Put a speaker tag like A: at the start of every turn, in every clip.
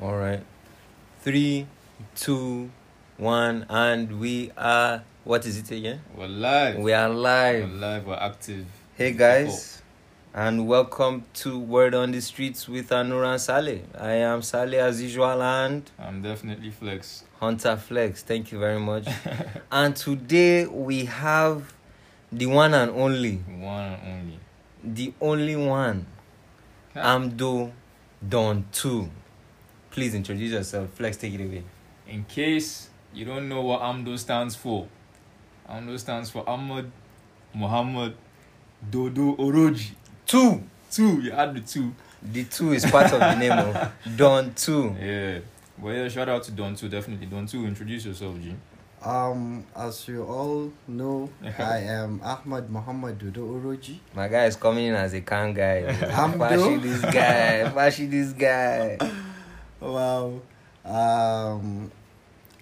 A: All right. Three, two, one, and we are. What is it again?
B: We're live.
A: We are
B: We're
A: live.
B: live. We're active.
A: Hey guys, and welcome to Word on the Streets with Anur and Saleh. I am Saleh as usual and
B: Oh, I'm definitely flex.
A: Hunter Flex. Thank you very much. and today we have the one and only,
B: One and only.
A: the only one, Amdo Don Two. Please introduce yourself. Flex, take it away.
B: In case you don't know what AMDO stands for, AMDO stands for Ahmad Muhammad Dodo Oroji.
A: Two.
B: Two. You add the two.
A: The two is part of the name of Don Two.
B: Yeah. Well, yeah, shout out to Don Two. Definitely, Don Two. Introduce yourself, G.
C: Um, as you all know, I am Ahmad Muhammad Dodo Oroji.
A: My guy is coming in as a can guy.
C: Amdo?
A: Fashi this guy. Fashi this guy.
C: Wow. Um,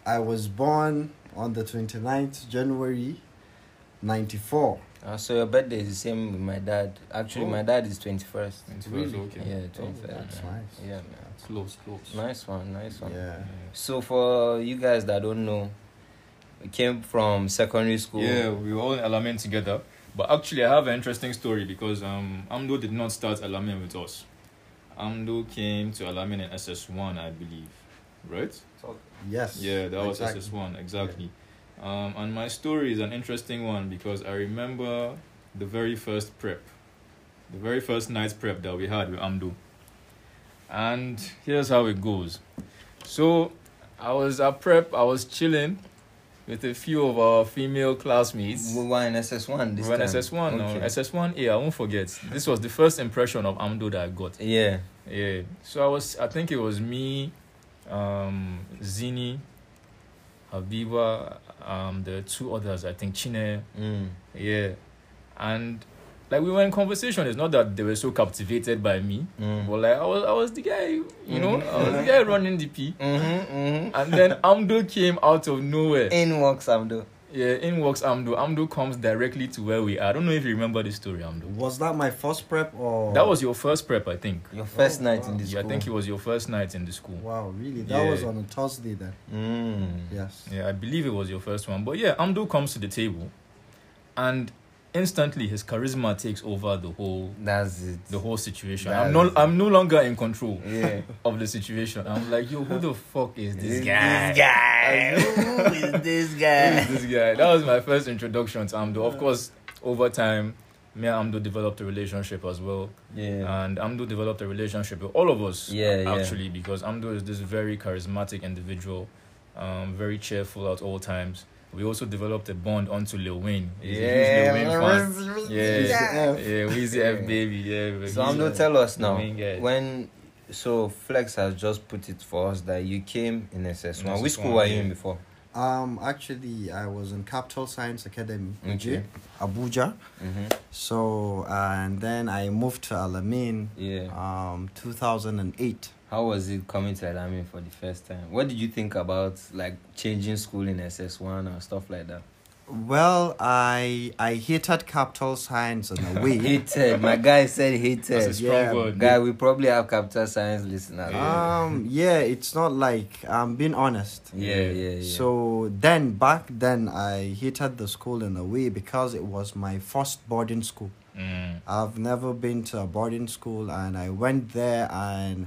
C: I was born on the 29th January 94.
A: Uh, so your birthday is the same with my dad. Actually,
B: Oh.
A: my dad is twenty first.
B: It's
C: Really?
B: okay.
A: Yeah, twenty first.
C: Oh, that's nice.
A: Yeah, man.
B: Close, close.
A: Nice one. Nice one.
C: Yeah.
A: So for you guys that don't know, we came from secondary school.
B: Yeah, we were all in Alamein together. But actually, I have an interesting story because um, Amdo did not start Alamein with us. Amdo came to Alamein in SS1, I believe. Right?
C: Yes.
B: Yeah, that was
C: exactly.
B: SS1, exactly. Um, and my story is an interesting one because I remember the very first prep, the very first night's prep that we had with Amdo. And here's how it goes. So I was at prep, I was chilling with a few of our female classmates.
A: We were in SS one this
B: When
A: time.
B: SS1, no,
A: Okay.
B: SS1A, eh, I won't forget. This was the first impression of Amdo that I got.
A: Yeah.
B: Yeah. So I was, I think it was me, um, Zini, Habiba, um, the two others, I think Chine.
A: Mm.
B: Yeah. And like we were in conversation. It's not that they were so captivated by me,
A: Mm.
B: but like I was, I was the guy, you know, I was the guy running the P.
A: Mm-hmm, mm-hmm.
B: And then Amdo came out of nowhere.
A: In works, Amdo.
B: Yeah, in walks Amdo. Amdo comes directly to where we are. I don't know if you remember the story, Amdo.
C: Was that my first prep or?
B: That was your first prep, I think.
A: Your first
C: Oh,
A: night
C: wow.
A: in this
B: Yeah, I
A: school.
B: think it was your first night in the school.
C: Wow, really? That
B: Yeah.
C: was on a Thursday then.
A: Mm.
C: Yes.
B: Yeah, I believe it was your first one. But yeah, Amdo comes to the table, and instantly his charisma takes over the whole
A: That's it.
B: the whole situation.
A: That
B: I'm no
A: is-
B: I'm no longer in control
A: yeah.
B: of the situation. I'm like, yo, who the fuck is this
A: This
B: guy?
A: guy. Who is this
B: Who
A: guy?
B: is this guy? That was my first introduction to Amdo. Of course, over time, me and Amdo developed a relationship as well.
A: Yeah. Uh,
B: And Amdo developed a relationship with all of us,
A: Yeah, yeah.
B: actually, because Amdo is this very charismatic individual, um, very cheerful at all times. We also developed a bond onto Lil Wayne. He's a huge Lil Wayne fan. Yeah,
C: Yeah.
B: yeah, Weezy F baby. Yeah, but
A: So
B: he's
A: Amdo,
B: the
A: tell us now
B: main guy.
A: when. So Flex has just put it for us that you came in SS1.
B: In
A: Which
B: SS1,
A: school were you
B: yeah.
A: in before?
C: Um, actually, I was in Capital Science Academy,
A: Okay.
C: okay. Abuja.
A: Mm-hmm.
C: So, and then I moved to Alamein
A: Yeah.
C: um 2008
A: How was it coming to Alamin for the first time? What did you think about like changing school in SS1 and stuff like that?
C: well i i hated capital science in a way
A: Hated. My guy said
B: That's a
A: hated.
B: strong
C: Yeah,
B: word.
A: Guy, we probably have capital science listeners.
B: Yeah.
C: um yeah it's not like i'm being honest
A: yeah, yeah, yeah.
C: so then back then i hated the school in a way because it was my first boarding school
B: Mm.
C: i've never been to a boarding school and i went there and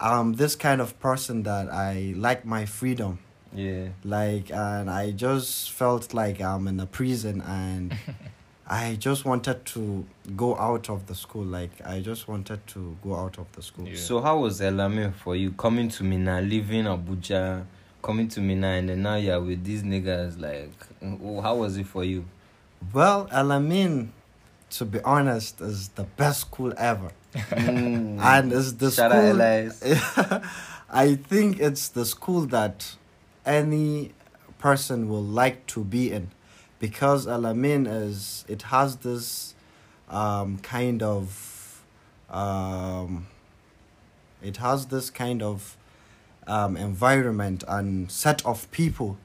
C: i'm this kind of person that i like my freedom
A: yeah.
C: like and i just felt like i'm in a prison and i just wanted to go out of the school like i just wanted to go out of the school
B: Yeah.
A: So how was Elame for you coming to Mina, leaving Abuja, coming to Mina, and then now you're with these niggas? Like, mm, how was it for you?
C: well alamin to be honest is the best school ever
A: Mm.
C: and it's the
A: Shout out
C: school
A: Elias.
C: i think it's the school that any person will like to be in because alamin is it has this um, kind of um, it has this kind of um, environment and set of people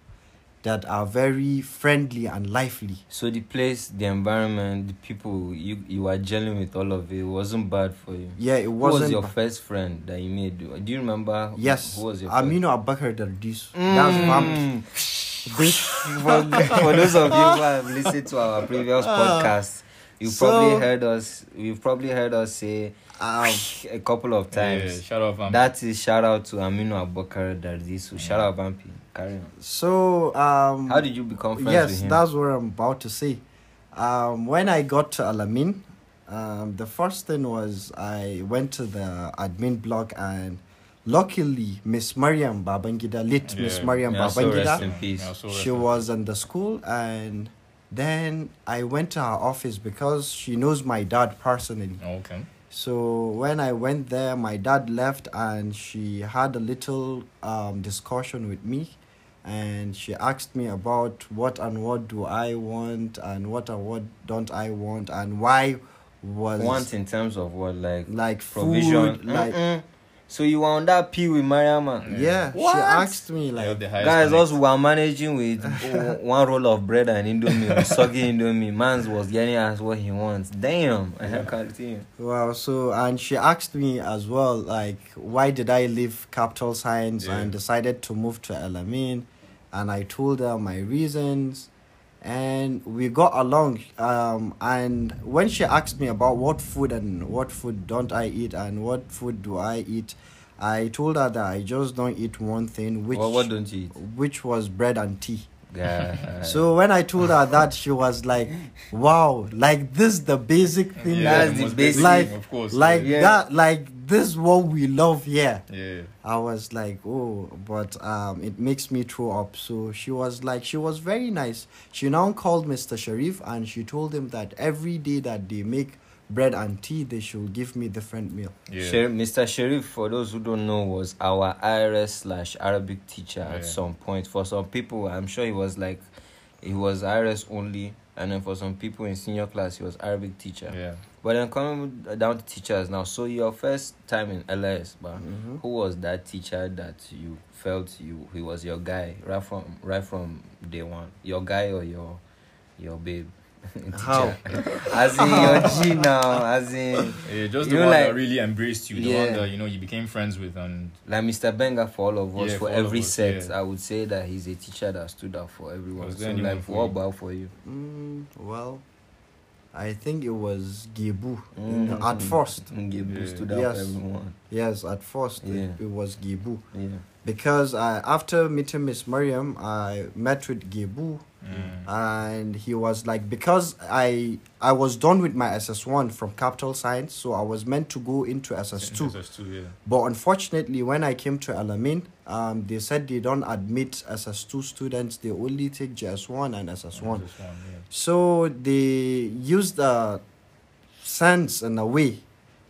C: that are very friendly and lively.
A: So the place, the environment, the people you you are dealing with, all of it wasn't bad for you.
C: Yeah, it
A: Who
C: wasn't.
A: was your first friend that you made? Do you remember? who-
C: yes,
A: Who was your first?
C: Amino Abakar Dardis. That's vamp.
A: Mm. for, for those of you who have listened to our previous podcast, you
C: Uh, So-
A: probably heard us. You've probably heard us say
C: Um,
A: a couple of
B: Yeah,
A: times.
B: shout out, fam.
A: That is shout out to Aminu Abubakar Dardisu. Shout out Bampi. Carry on.
C: so um,
A: How did you become friends
C: yes,
A: with him?
C: that's what I'm about to say. Um, when I got to Alamin, um, the first thing was I went to the admin block and luckily Miss Mariam Babangida, late Miss
B: Yeah.
C: Mariam
A: May also
C: Babangida,
A: rest in peace.
B: Yeah, so
C: she
B: rest-
C: was in the school and then I went to her office because she knows my dad personally.
B: Okay.
C: So when I went there, my dad left and she had a little um, discussion with me. And she asked me about what and what do I want and what and what don't I want and why was
A: Want in terms of what, like
C: like
A: provision?
C: food, like
A: Mm-mm. So you were on that P with Mariama.
C: yeah.
A: What?
C: She asked me
B: Yeah,
C: like
B: the highest
A: Guys,
B: connect.
A: us were managing with o- one roll of bread and indomie, with soggy indomie. Mans was getting us what he wants. Damn, I have continue.
C: wow. So and she asked me as well like why did I leave capital science
B: Yeah.
C: and decided to move to Alamin, and I told her my reasons. and we got along um and when she asked me about what food and what food don't i eat and what food do i eat i told her that i just don't eat one thing which
A: What, what don't you eat?
C: which was bread and tea
A: God.
C: so when i told her that she was like wow like this the basic thing
B: Yeah,
A: that's
C: that,
A: the
B: most
A: basic-
C: Like-
B: of course.
C: like
A: Yeah.
C: that like this what we love here
B: yeah.
C: I was like, oh, but um, it makes me throw up. So she was like, she was very nice. She now called Mr. Sharif and she told him that every day that they make bread and tea, they should give me different meal.
B: Yeah.
A: Sher- Mr. Sharif, for those who don't know, was our IRS slash Arabic teacher at
B: Yeah.
A: some point. For some people, I'm sure he was like, he was IRS only, and then for some people in senior class, he was Arabic teacher.
B: Yeah.
A: But then coming down to teachers now. So your first time in LS, but
B: Mm-hmm.
C: Mhm.
A: who was that teacher that you felt you he was your guy right from right from day one? Your guy or your your babe? Teacher.
C: How?
A: As in your G now, as in
B: Yeah, just
A: You know,
B: the one
A: like-
B: that really embraced you, the
A: Yeah.
B: one that you know you became friends with, and
A: Like Mr. Benga for all of us,
B: Yeah,
A: for,
B: for all of
A: every
B: us,
A: set,
B: yeah.
A: I would say that he's a teacher that stood up for everyone.
B: Was
A: So,
B: there anyone
A: like,
B: for
A: what
B: you?
A: about for you?
C: Mm, well, I think it was Gibu
A: Mm.
C: at first.
A: Ngebu
B: Yeah.
A: stood up
C: Yes.
A: for everyone.
C: Yes, at first it,
A: Yeah.
C: it was Gibu.
A: Yeah.
C: Because uh, after meeting Miss Mariam, I met with Gibu
B: mm,
C: and he was like because i i was done with my ss1 from capital science so i was meant to go into ss2
B: us two, yeah.
C: but unfortunately when i came to alamin um they said they don't admit ss2 students they only take js1 and ss1
B: Just one, yeah.
C: so they used the sense in a way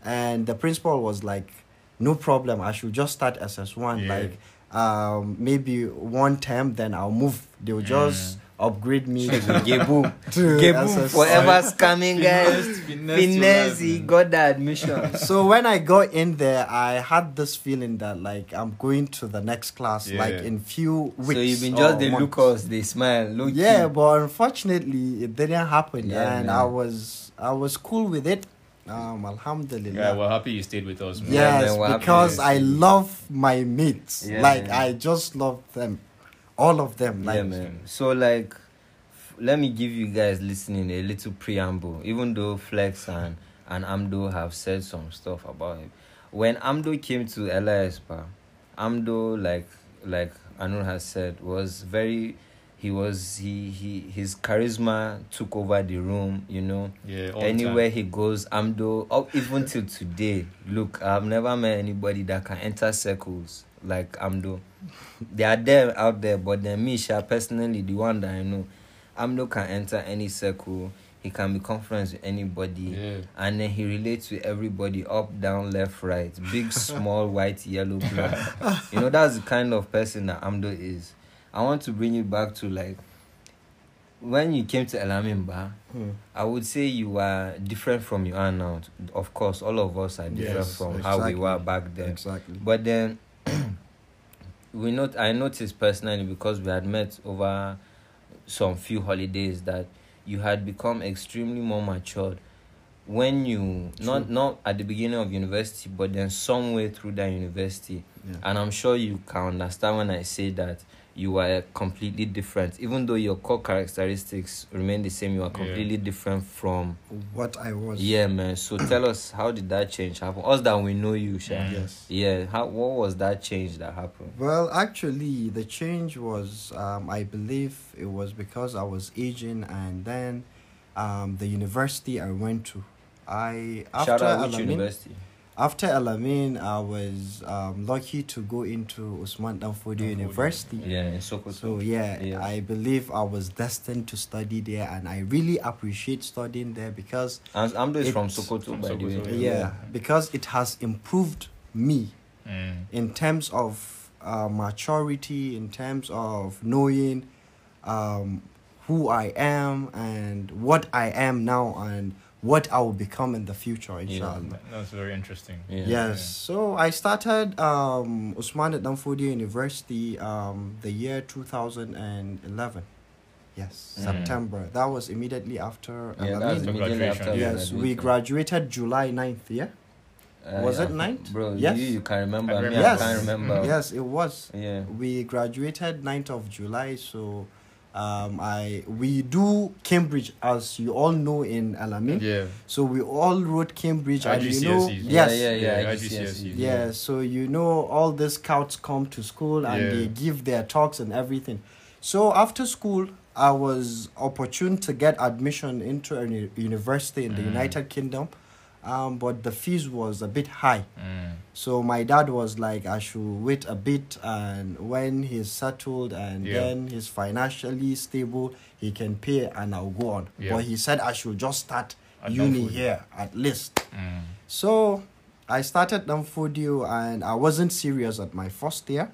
C: and the principal was like no problem i should just start ss1
B: Yeah.
C: like um maybe one term then i'll move they'll just upgrade me to
A: Ngebu.
C: to
A: Ngebu
C: SS.
A: forever scamming guys.
B: Finesse, finesse your
A: Finesse,
B: life,
A: he
B: man.
A: got the admission.
C: So when I got in there, I had this feeling that like I'm going to the next class
B: Yeah.
C: like in few weeks.
A: so you've been
C: or
A: just they
C: months.
A: look us, they smile, look
C: oh, Yeah, but unfortunately it didn't happen,
A: Yeah,
C: and
A: man.
C: I was I was cool with it. Um, alhamdulillah.
B: Yeah, we're happy you stayed with us, man.
A: Yeah,
C: yes,
A: man, what happened
C: because
A: is-
C: I love my mates.
A: Yeah,
C: like
A: man.
C: I just love them, all of them. Like
A: yeah, man. So like, f- let me give you guys listening a little preamble. Even though Flex and and Amdo have said some stuff about him, when Amdo came to LIS, pa, Amdo like like Anur has said was very. He was he he his charisma took over the room. You know.
B: Yeah, all the
A: Anywhere
B: time.
A: he goes, Amdo, up even till today. Look, I've never met anybody that can enter circles like Amdo. They are there out there, but then me, Sha, personally, the one that I know, Amdo can enter any circle. He can be friends with anybody,
B: Yeah.
A: and then he relates to everybody up, down, left, right, big, small, white, yellow, black. you know, that's the kind of person that Amdo is. I want to bring you back to like when you came to Elamimba.
C: Hmm.
A: I would say you are different from you are now. Of course, all of us are different
C: Yes,
A: from how we
C: exactly.
A: were back then.
C: exactly.
A: But then we not I noticed personally because we had met over some few holidays that you had become extremely more matured when you not
C: True.
A: not at the beginning of university but then somewhere through that university
C: Yeah.
A: and i'm sure you can understand when i say that you are completely different even though your core characteristics remain the same you are
B: Yeah.
A: completely different from
C: what I was.
A: yeah man so tell us how did that change happen us that we know you Sha.
B: Yeah.
C: Yes.
A: yeah how what was that change that happened
C: Well, actually, the change was, um, I believe, it was because I was aging, and then um, the university I went to. I after
A: shout out which
C: Al-Amin-
A: university
C: after Alamin, I was um, lucky to go into Usman Danfodio
B: Danfodio.
C: University.
A: yeah in sokoto
C: So yeah,
A: Yes.
C: I believe I was destined to study there, and I really appreciate studying there because
A: And Amdo is from
C: It's
A: Sokoto,
B: from
A: by the
B: Sokoto,
A: way.
C: yeah,
B: Yeah.
C: because it has improved me
B: Mm.
C: in terms of uh, maturity, in terms of knowing um, who I am and what I am now and what I will become in the future, inshallah.
B: That's very interesting.
A: Yeah.
C: Yes. So I started um, Usman at Danfodia University um, the year 2011. Yes,
A: Mm.
C: September. That was immediately after.
A: Yeah,
C: Al-Amin.
A: that's
B: mean-
A: immediately
B: Graduation.
A: after
C: yes, we graduated July 9th, yeah?
A: Uh,
C: Was
A: yeah.
C: it ninth?
A: Bro,
C: Yes.
A: you, you can remember.
B: I
A: Me,
B: remember.
A: I can't
B: Yes.
A: remember.
C: Yes, it was.
A: Yeah.
C: We graduated 9th of July, so um, I we do Cambridge, as you all know in Alamin.
B: Yeah.
C: So we all wrote Cambridge, and you know,
B: IGCSEs.
C: yes,
A: E. Yeah, yeah, yeah.
B: Yeah,
A: IGCSE.
B: IGCSE.
C: Yeah, so you know all the scouts come to school and
B: Yeah.
C: they give their talks and everything. So after school, I was opportune to get admission into a uni- university in the
B: Mm.
C: United Kingdom, um, but the fees was a bit high.
B: Mm.
C: So my dad was like, I should wait a bit, and when he's settled and
B: Yeah.
C: then he's financially stable, he can pay and I'll go on.
B: Yeah.
C: But he said I should just start
B: At
C: uni
B: Danfodio.
C: here at least.
B: Mm.
C: So I started Danfodio and I wasn't serious at my first year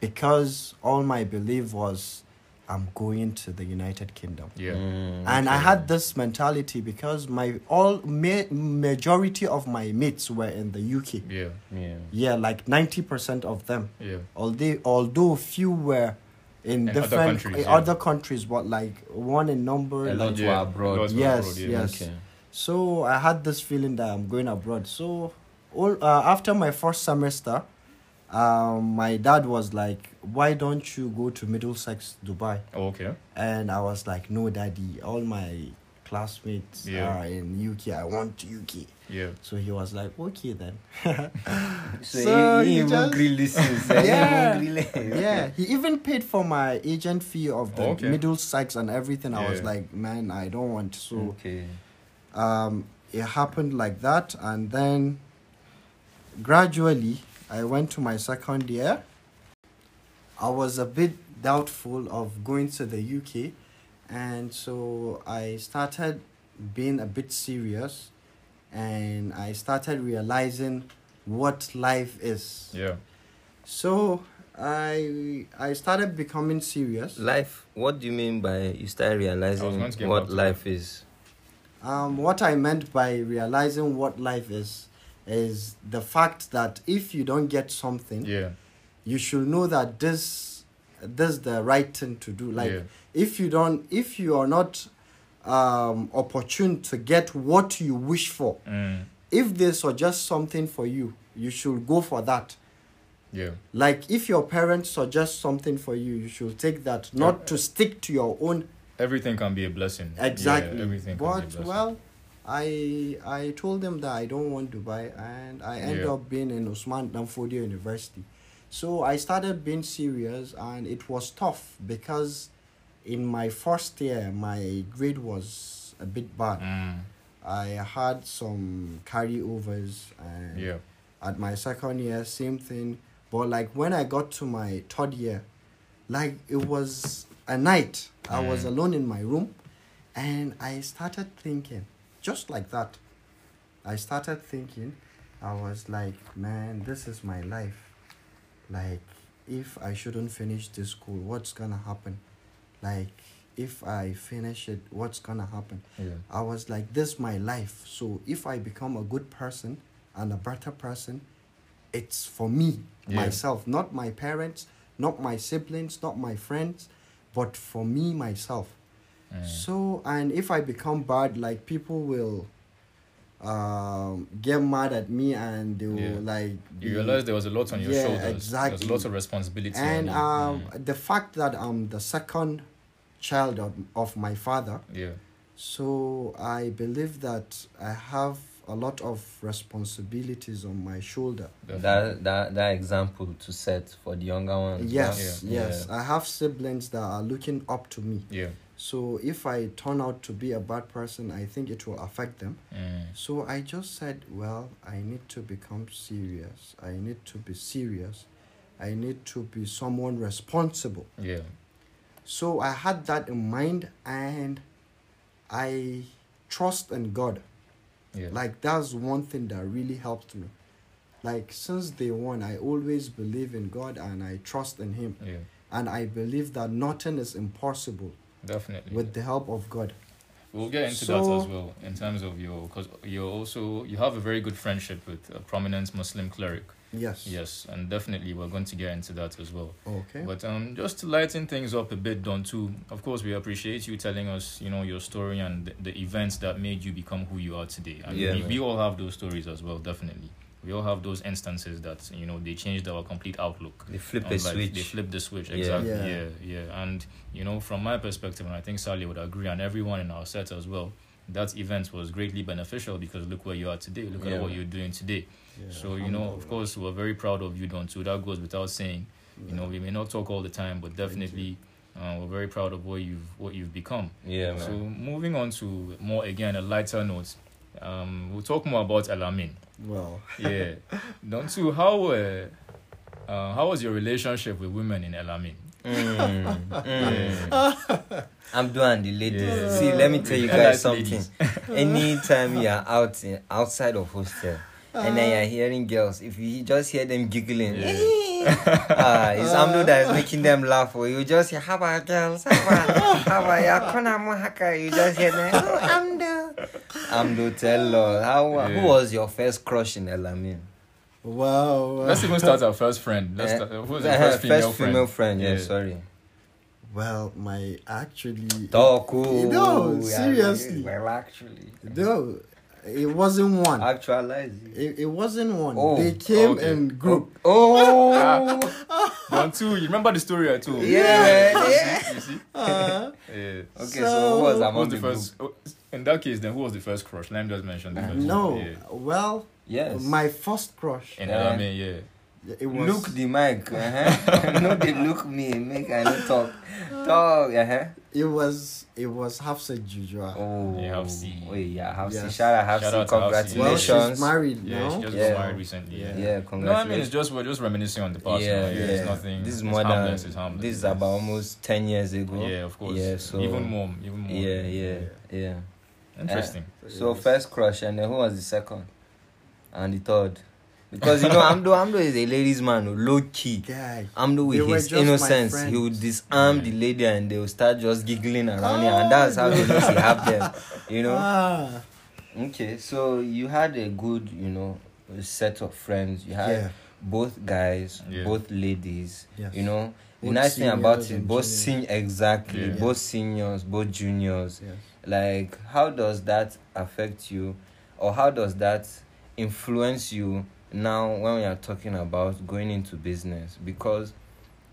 C: because all my belief was I'm going to the United Kingdom.
B: Yeah.
A: Mm,
C: And I
A: okay.
C: had this mentality because my all ma- majority of my mates were in the UK.
B: Yeah.
A: Yeah.
C: Yeah, like 90% of them.
B: Yeah.
C: Although although few were
B: In
C: in
B: other
C: different
B: countries,
C: in
B: yeah.
C: other countries but like one in number
A: A
C: like-
A: lot
B: Yeah.
A: were abroad.
B: Lots were
C: Yes,
B: abroad,
C: yes.
A: Okay.
C: so I had this feeling that I'm going abroad. So all uh, after my first semester, um, my dad was like, "Why don't you go to Middlesex, Dubai?"
B: Oh, okay.
C: And I was like, "No, daddy. All my classmates
B: Yeah.
C: are in UK. I want UK."
B: Yeah.
C: So he was like, "Okay then."
A: So, he,
C: So
A: he,
C: he
A: even
C: just-
A: grill listens. eh? He
C: Yeah.
A: even grill-
C: yeah, he even paid for my agent fee of the
B: Okay.
C: Middlesex and everything. I was
B: Yeah. Hmm.
C: like, "Man, I don't want." So.
A: Okay.
C: um, it happened like that and then gradually i went to my second year i was a bit doubtful of going to the uk and so i started being a bit serious and i started realizing what life is
B: Yeah.
C: so i i started becoming serious
A: Life. What do you mean by you start realizing
B: going to get back
A: what
B: to
A: life is?
C: Um, what I meant by realizing what life is is the fact that if you don't get something,
B: Yeah.
C: you should know that this this is the right thing to do. Like
B: Yeah.
C: if you don't, if you are not um, opportune to get what you wish for,
B: Mm.
C: if they suggest something for you, you should go for that.
B: Yeah.
C: Like if your parents suggest something for you, you should take that, not to stick to your own
B: Everything can be a blessing.
C: Exactly.
B: Yeah, everything can be a
C: but
B: blessing.
C: well, I I told them that I don't want Dubai, and I ended
B: Yeah.
C: up being in Usman Danfodio University. So I started being serious, and it was tough because in my first year my grade was a bit bad.
B: Mm.
C: I had some carryovers, and
B: Yeah.
C: at my second year same thing. But like when I got to my third year, like it was a night. I was
B: Mm.
C: alone in my room and I started thinking, just like that. I started thinking, I was like, man, this is my life. Like, if I shouldn't finish this school, what's gonna happen? Like, if I finish it, what's gonna happen?
B: Yeah.
C: I was like, this is my life. So if I become a good person and a better person, it's for me,
B: Yeah.
C: myself, not my parents, not my siblings, not my friends, but for me myself.
B: Mm.
C: So and if I become bad, like people will um get mad at me and they will
B: Yeah.
C: like
B: You
C: be-
B: realize there was a lot on your
C: Yeah,
B: shoulders. There's
C: exactly.
B: a lot of responsibility.
C: and
B: on
C: um
B: you. Mm.
C: the fact that I'm the second child of, of my father,
B: yeah,
C: so I believe that I have a lot of responsibilities on my shoulder.
B: definitely.
A: that that that example to set for the younger ones.
C: Yes,
A: Yeah.
C: yes. I have siblings that are looking up to me.
B: yeah.
C: So if I turn out to be a bad person, I think it will affect them.
B: Mm.
C: So I just said, well, I need to become serious. I need to be serious. I need to be someone responsible.
B: Yeah.
C: So I had that in mind and I trust in God.
B: Yeah.
C: Like that's one thing that really helped me. Like since day one, I always believe in God and I trust in Him.
B: yeah.
C: And I believe that nothing is impossible
B: Definitely.
C: with the help of God.
B: We'll get into
C: So-
B: that as well in terms of your because you're also you have a very good friendship with a prominent Muslim cleric.
C: Yes.
B: Yes, and definitely we're going to get into that as well.
C: Okay.
B: But um, just to lighten things up a bit, Don too. Of course, we appreciate you telling us you know your story and the, the events that made you become who you are today. And
A: Yeah,
B: we,
A: man.
B: we all have those stories as well. Definitely, we all have those instances that you know they changed our complete outlook.
A: They flip
B: on
A: a
B: life.
A: switch.
B: They flip the switch.
A: Yeah.
B: Exactly. Yeah.
C: Yeah.
B: yeah, And you know, from my perspective, and I think Sally would agree, and everyone in our set as well, that event was greatly beneficial because look where you are today. Look
A: Yeah.
B: at what you're doing today.
C: Yeah,
B: so you know, of
C: alhamdulillah.
B: course, we're very proud of you, Don. Too. That goes without saying. You
C: Yeah.
B: know, we may not talk all the time, but
C: you.
B: definitely, uh, we're very proud of what you've what you've become.
A: Yeah,
B: So
A: man.
B: moving on to more again a lighter note. Um, we'll talk more about Alamin.
C: Well,
B: Yeah, Don. Too. How were uh, how was your relationship with women in Alamin?
A: Mm, mm.
B: Yeah.
A: I'm doing the ladies.
B: Yeah.
A: See, let me tell you
B: Yeah,
A: guys
B: like
A: something.
B: ladies.
A: Anytime you are out in, outside of hostel and then you're hearing girls, if you just hear them giggling,
B: Yeah.
A: ah, it's Amdo that is making them laugh. Or you just hear, how about girls? How about, how about your corner mohaka?" You just hear them, oh, Amdo. Amdo, tell us, how,
B: Yeah.
A: who was your first crush in Elamin?
C: wow. wow.
B: Let's even start our first friend. Let's
A: Eh,
B: start, who was your first female friend?
A: female friend, yeah, sorry.
C: Well, my actually.
A: Talk.
C: No, seriously.
A: Well, actually.
C: No, it wasn't one.
A: Actualize it.
C: It, it wasn't one.
A: Oh,
C: they came
B: okay.
C: in group.
B: Ah.
A: Oh,
B: Don too. You remember the story I told?
A: Yeah, man,
B: You see?
C: Uh,
B: Oh. Yeah.
A: okay. So, who was
C: So-
B: Who was
A: among
B: the
A: the
B: first?
A: group? Uh,
B: oh, In that case, then who was the first crush? Let me just mention the first.
C: no.
B: one, Yeah.
C: Well,
A: Yes.
C: my first crush.
B: In
A: Yeah.
B: Alamin, yeah.
C: It was.
A: Look the mic. Uh-huh. no, they look me. Make I no talk. Talk. Uh-huh.
C: It was. It was ah. Hafsa Jujua.
A: Oh.
B: Yeah, Hafsi.
A: Oh, yeah, Hafsi.
C: Yes.
A: Shout out
B: Shout out
A: Hafsi.
B: to Hafsi.
C: Well,
A: Congratulations.
C: she's married
B: Yeah,
C: now.
B: she just
A: Yeah.
B: got married recently.
C: Yeah.
A: yeah,
B: Yeah. No, I mean it's
A: congratulations.
B: just we're just reminiscing on the past.
A: yeah,
B: now,
A: yeah.
B: It's nothing.
A: This is
B: it's
A: more than.
B: harmless, it's harmless.
A: This is about almost ten years ago.
B: Yeah, of course.
A: Yeah, so-
B: even more, even more.
A: Yeah, yeah, yeah.
B: Interesting.
A: So
C: Yes.
A: first crush, and then who was the second, and the third? Because you know, Amdo, Amdo is a ladies' man, oh, low key.
C: Guy.
A: Amdo
C: They
A: with
C: were
A: his
C: just my
A: innocence,
C: friends.
A: he would disarm the lady and they would start just giggling around here, and that's how he knows he have them, you know.
C: Ah,
A: Okay, so you had a good, you know, set of friends. You had
C: yeah.
A: both guys,
B: Yeah.
A: both ladies,
C: Yes.
A: you know. The
C: Both
A: nice thing about
C: seniors
A: it,
C: and
A: both
C: juniors.
A: senior exactly,
B: Yeah.
A: both seniors, both juniors.
C: Yes.
A: Like, how does that affect you, or how does that influence you now when we are talking about going into business? Because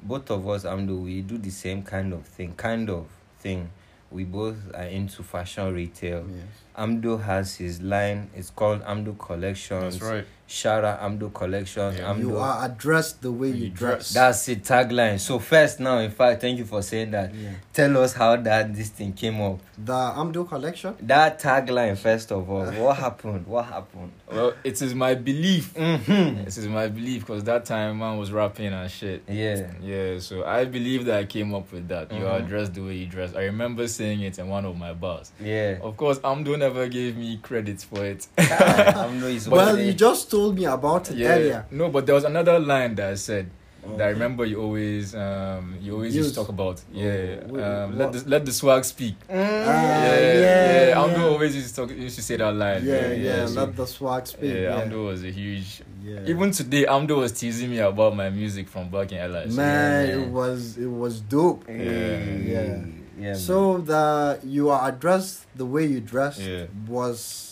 A: both of us, Amdo, we do the same kind of thing, kind of thing. We both are into fashion retail.
C: Yes.
A: Amdo has his line. It's called Amdo Collections.
B: That's right.
A: Shout out Amdo Collections.
B: Yeah.
A: Amdo.
C: You are addressed the way
B: You
C: you,
B: dress.
C: dress.
A: That's the tagline. So first, now, in fact, thank you for saying that.
C: yeah.
A: Tell us how that this thing came up.
C: The Amdo collection.
A: That tagline, first of all, what happened? What happened?
B: Well, it is my belief.
A: Mm-hmm.
B: It is my belief because that time man was rapping and shit.
A: Yeah.
B: Yeah, so I believe that I came up with that. You are
A: Mhm.
B: dressed the way you dress. I remember saying it in one of my bars.
A: Yeah.
B: Of course, Amdo never gave me credit for it.
A: I'm no is
C: well,
A: what
C: you
A: they-
C: just told me about it earlier.
B: No, but there was another line that I said. that I remember you always um, you always used to
C: Use. Oh,
B: talk about. Yeah,
C: wait,
B: um, let
C: what?
B: the let the swag speak.
A: Mm.
C: Ah,
B: yeah,
C: yeah,
B: Amdo
C: yeah.
B: always used to talk, used to say that line.
C: yeah, yeah,
B: so-
C: let the swag speak.
B: yeah,
C: Yeah,
B: Amdo was a huge.
C: yeah.
B: Even today, Amdo was teasing me about my music from back in LA.
C: man,
A: yeah.
C: it was it was dope.
A: Yeah. Yeah.
C: so the you are addressed the way you dressed
B: Yeah.
C: was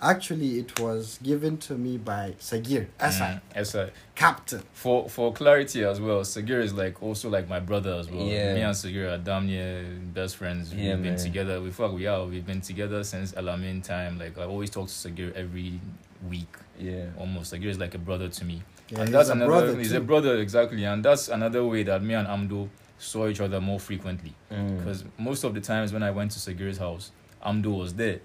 C: actually it was given to me by Sagir
B: Mm.
C: Esa,
B: Esa.
C: captain.
B: For for clarity as well, Segura is like also like my brother as well.
A: Yeah.
B: Me and Segura are damn near best friends. We've
A: Yeah,
B: been
A: man.
B: together. We fuck we are. We've been together since Alamin time. Like I always talk to Segura every week
A: yeah.
B: almost. Segura is like a brother to me.
C: Yeah,
B: and
C: he's
B: that's
C: a
B: another
C: brother
B: he's
C: too.
B: a brother exactly. And that's another way that me and Amdo saw each other more frequently.
A: Mm.
B: Because most of the times when I went to Segura's house, Amdo was there.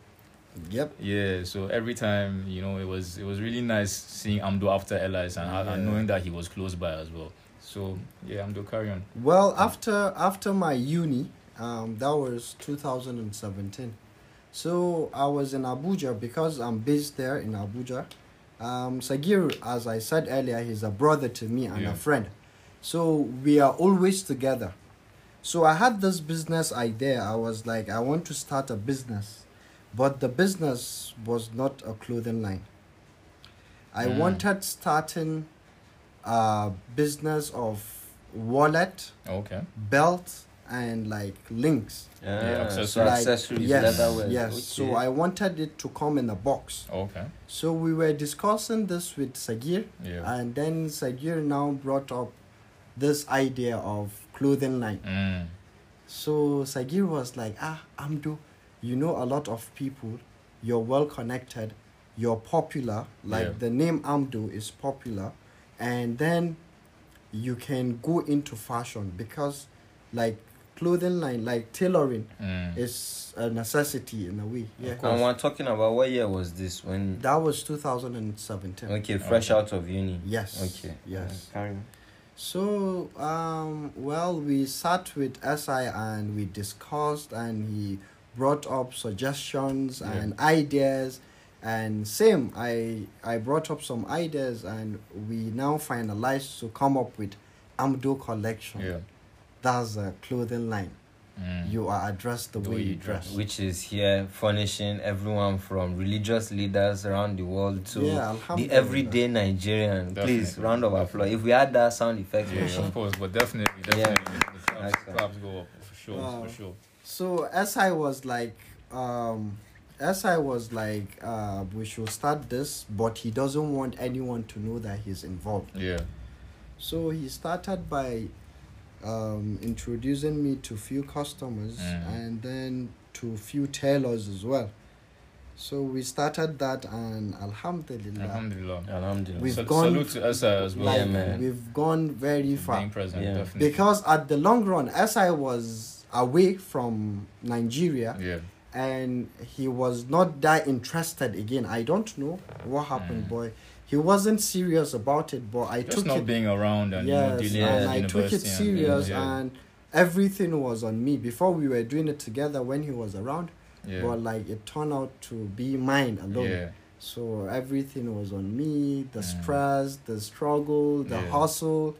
C: Yep.
B: Yeah, so every time, you know, it was it was really nice seeing Amdo after Elias and,
C: Yeah.
B: and knowing that he was close by as well. So yeah, Amdo carry on.
C: Well, after after my uni, um, that was 2017. So I was in Abuja because I'm based there in Abuja. Um, Sagir, as I said earlier, he's a brother to me and
B: Yeah.
C: a friend. So we are always together. So I had this business idea. I was like, I want to start a business, but the business was not a clothing line. I
B: Mm.
C: wanted starting a business of wallet,
B: Okay.
C: belt, and like links.
A: Ah,
B: accessories.
A: So
C: Like,
A: accessories,
C: yes,
A: leatherware.
C: yes.
A: Okay.
C: So I wanted it to come in a box.
B: Okay.
C: So we were discussing this with Sagir,
B: Yeah.
C: and then Sagir now brought up this idea of clothing line.
B: Mm.
C: So Sagir was like, ah, Amdo, you know a lot of people, you're well connected, you're popular, like
B: Yeah.
C: the name Amdo is popular, and then you can go into fashion because like clothing line, like tailoring
B: Mm.
C: is a necessity in a way. Yeah.
A: And we're talking about what year was this when?
C: That was 2017.
A: Okay, fresh
B: Okay.
A: out of uni.
C: Yes.
A: Okay.
C: Yes.
A: Uh, Carry on.
C: So, um, well, we sat with SI and we discussed, and he brought up suggestions
B: Yeah.
C: and ideas. And same, I I brought up some ideas, and we now finalized to come up with Amdo collection.
B: Yeah.
C: That's a clothing line.
B: Mm.
C: You are addressed the, way, you dress.
A: Which is here furnishing everyone from religious leaders around the world to
C: yeah,
A: the
C: alhamdulillah.
A: everyday Nigerian. Please,
B: Definitely.
A: round of applause. If we had that sound effect,
B: Yeah,
A: machine,
B: of course, but definitely,
A: Yeah.
B: definitely, the claps,
A: Excellent.
B: claps go up for sure,
C: Wow.
B: for sure.
C: So SI was like, um, SI was like, uh, we should start this, but he doesn't want anyone to know that he's involved.
B: Yeah.
C: So he started by um, introducing me to few customers
B: Mm.
C: and then to few tailors as well. So we started that, and alhamdulillah,
B: Alhamdulillah.
A: Alhamdulillah.
C: We've
B: Sal-
C: gone-
B: salute to Esa as well.
C: like
A: Yeah, man.
C: we've gone very
B: for
C: far.
B: Being present,
A: Yeah.
B: definitely.
C: Because at the long run, SI was away from Nigeria.
B: yeah.
C: and he was not that interested again. I don't know what happened,
B: Mm.
C: boy. He wasn't serious about it, but I
B: Just
C: took
B: not
C: it
B: being around and you know,
C: yes,
B: dealing
C: and
B: with
C: I took
B: university
C: it
B: and
C: serious,
B: things, yeah.
C: and everything was on me. Before we were doing it together when he was around,
B: yeah.
C: but like it turned out to be mine alone.
B: yeah.
C: So everything was on me. The
B: Mm.
C: stress, the struggle, the
B: Yeah.
C: hustle.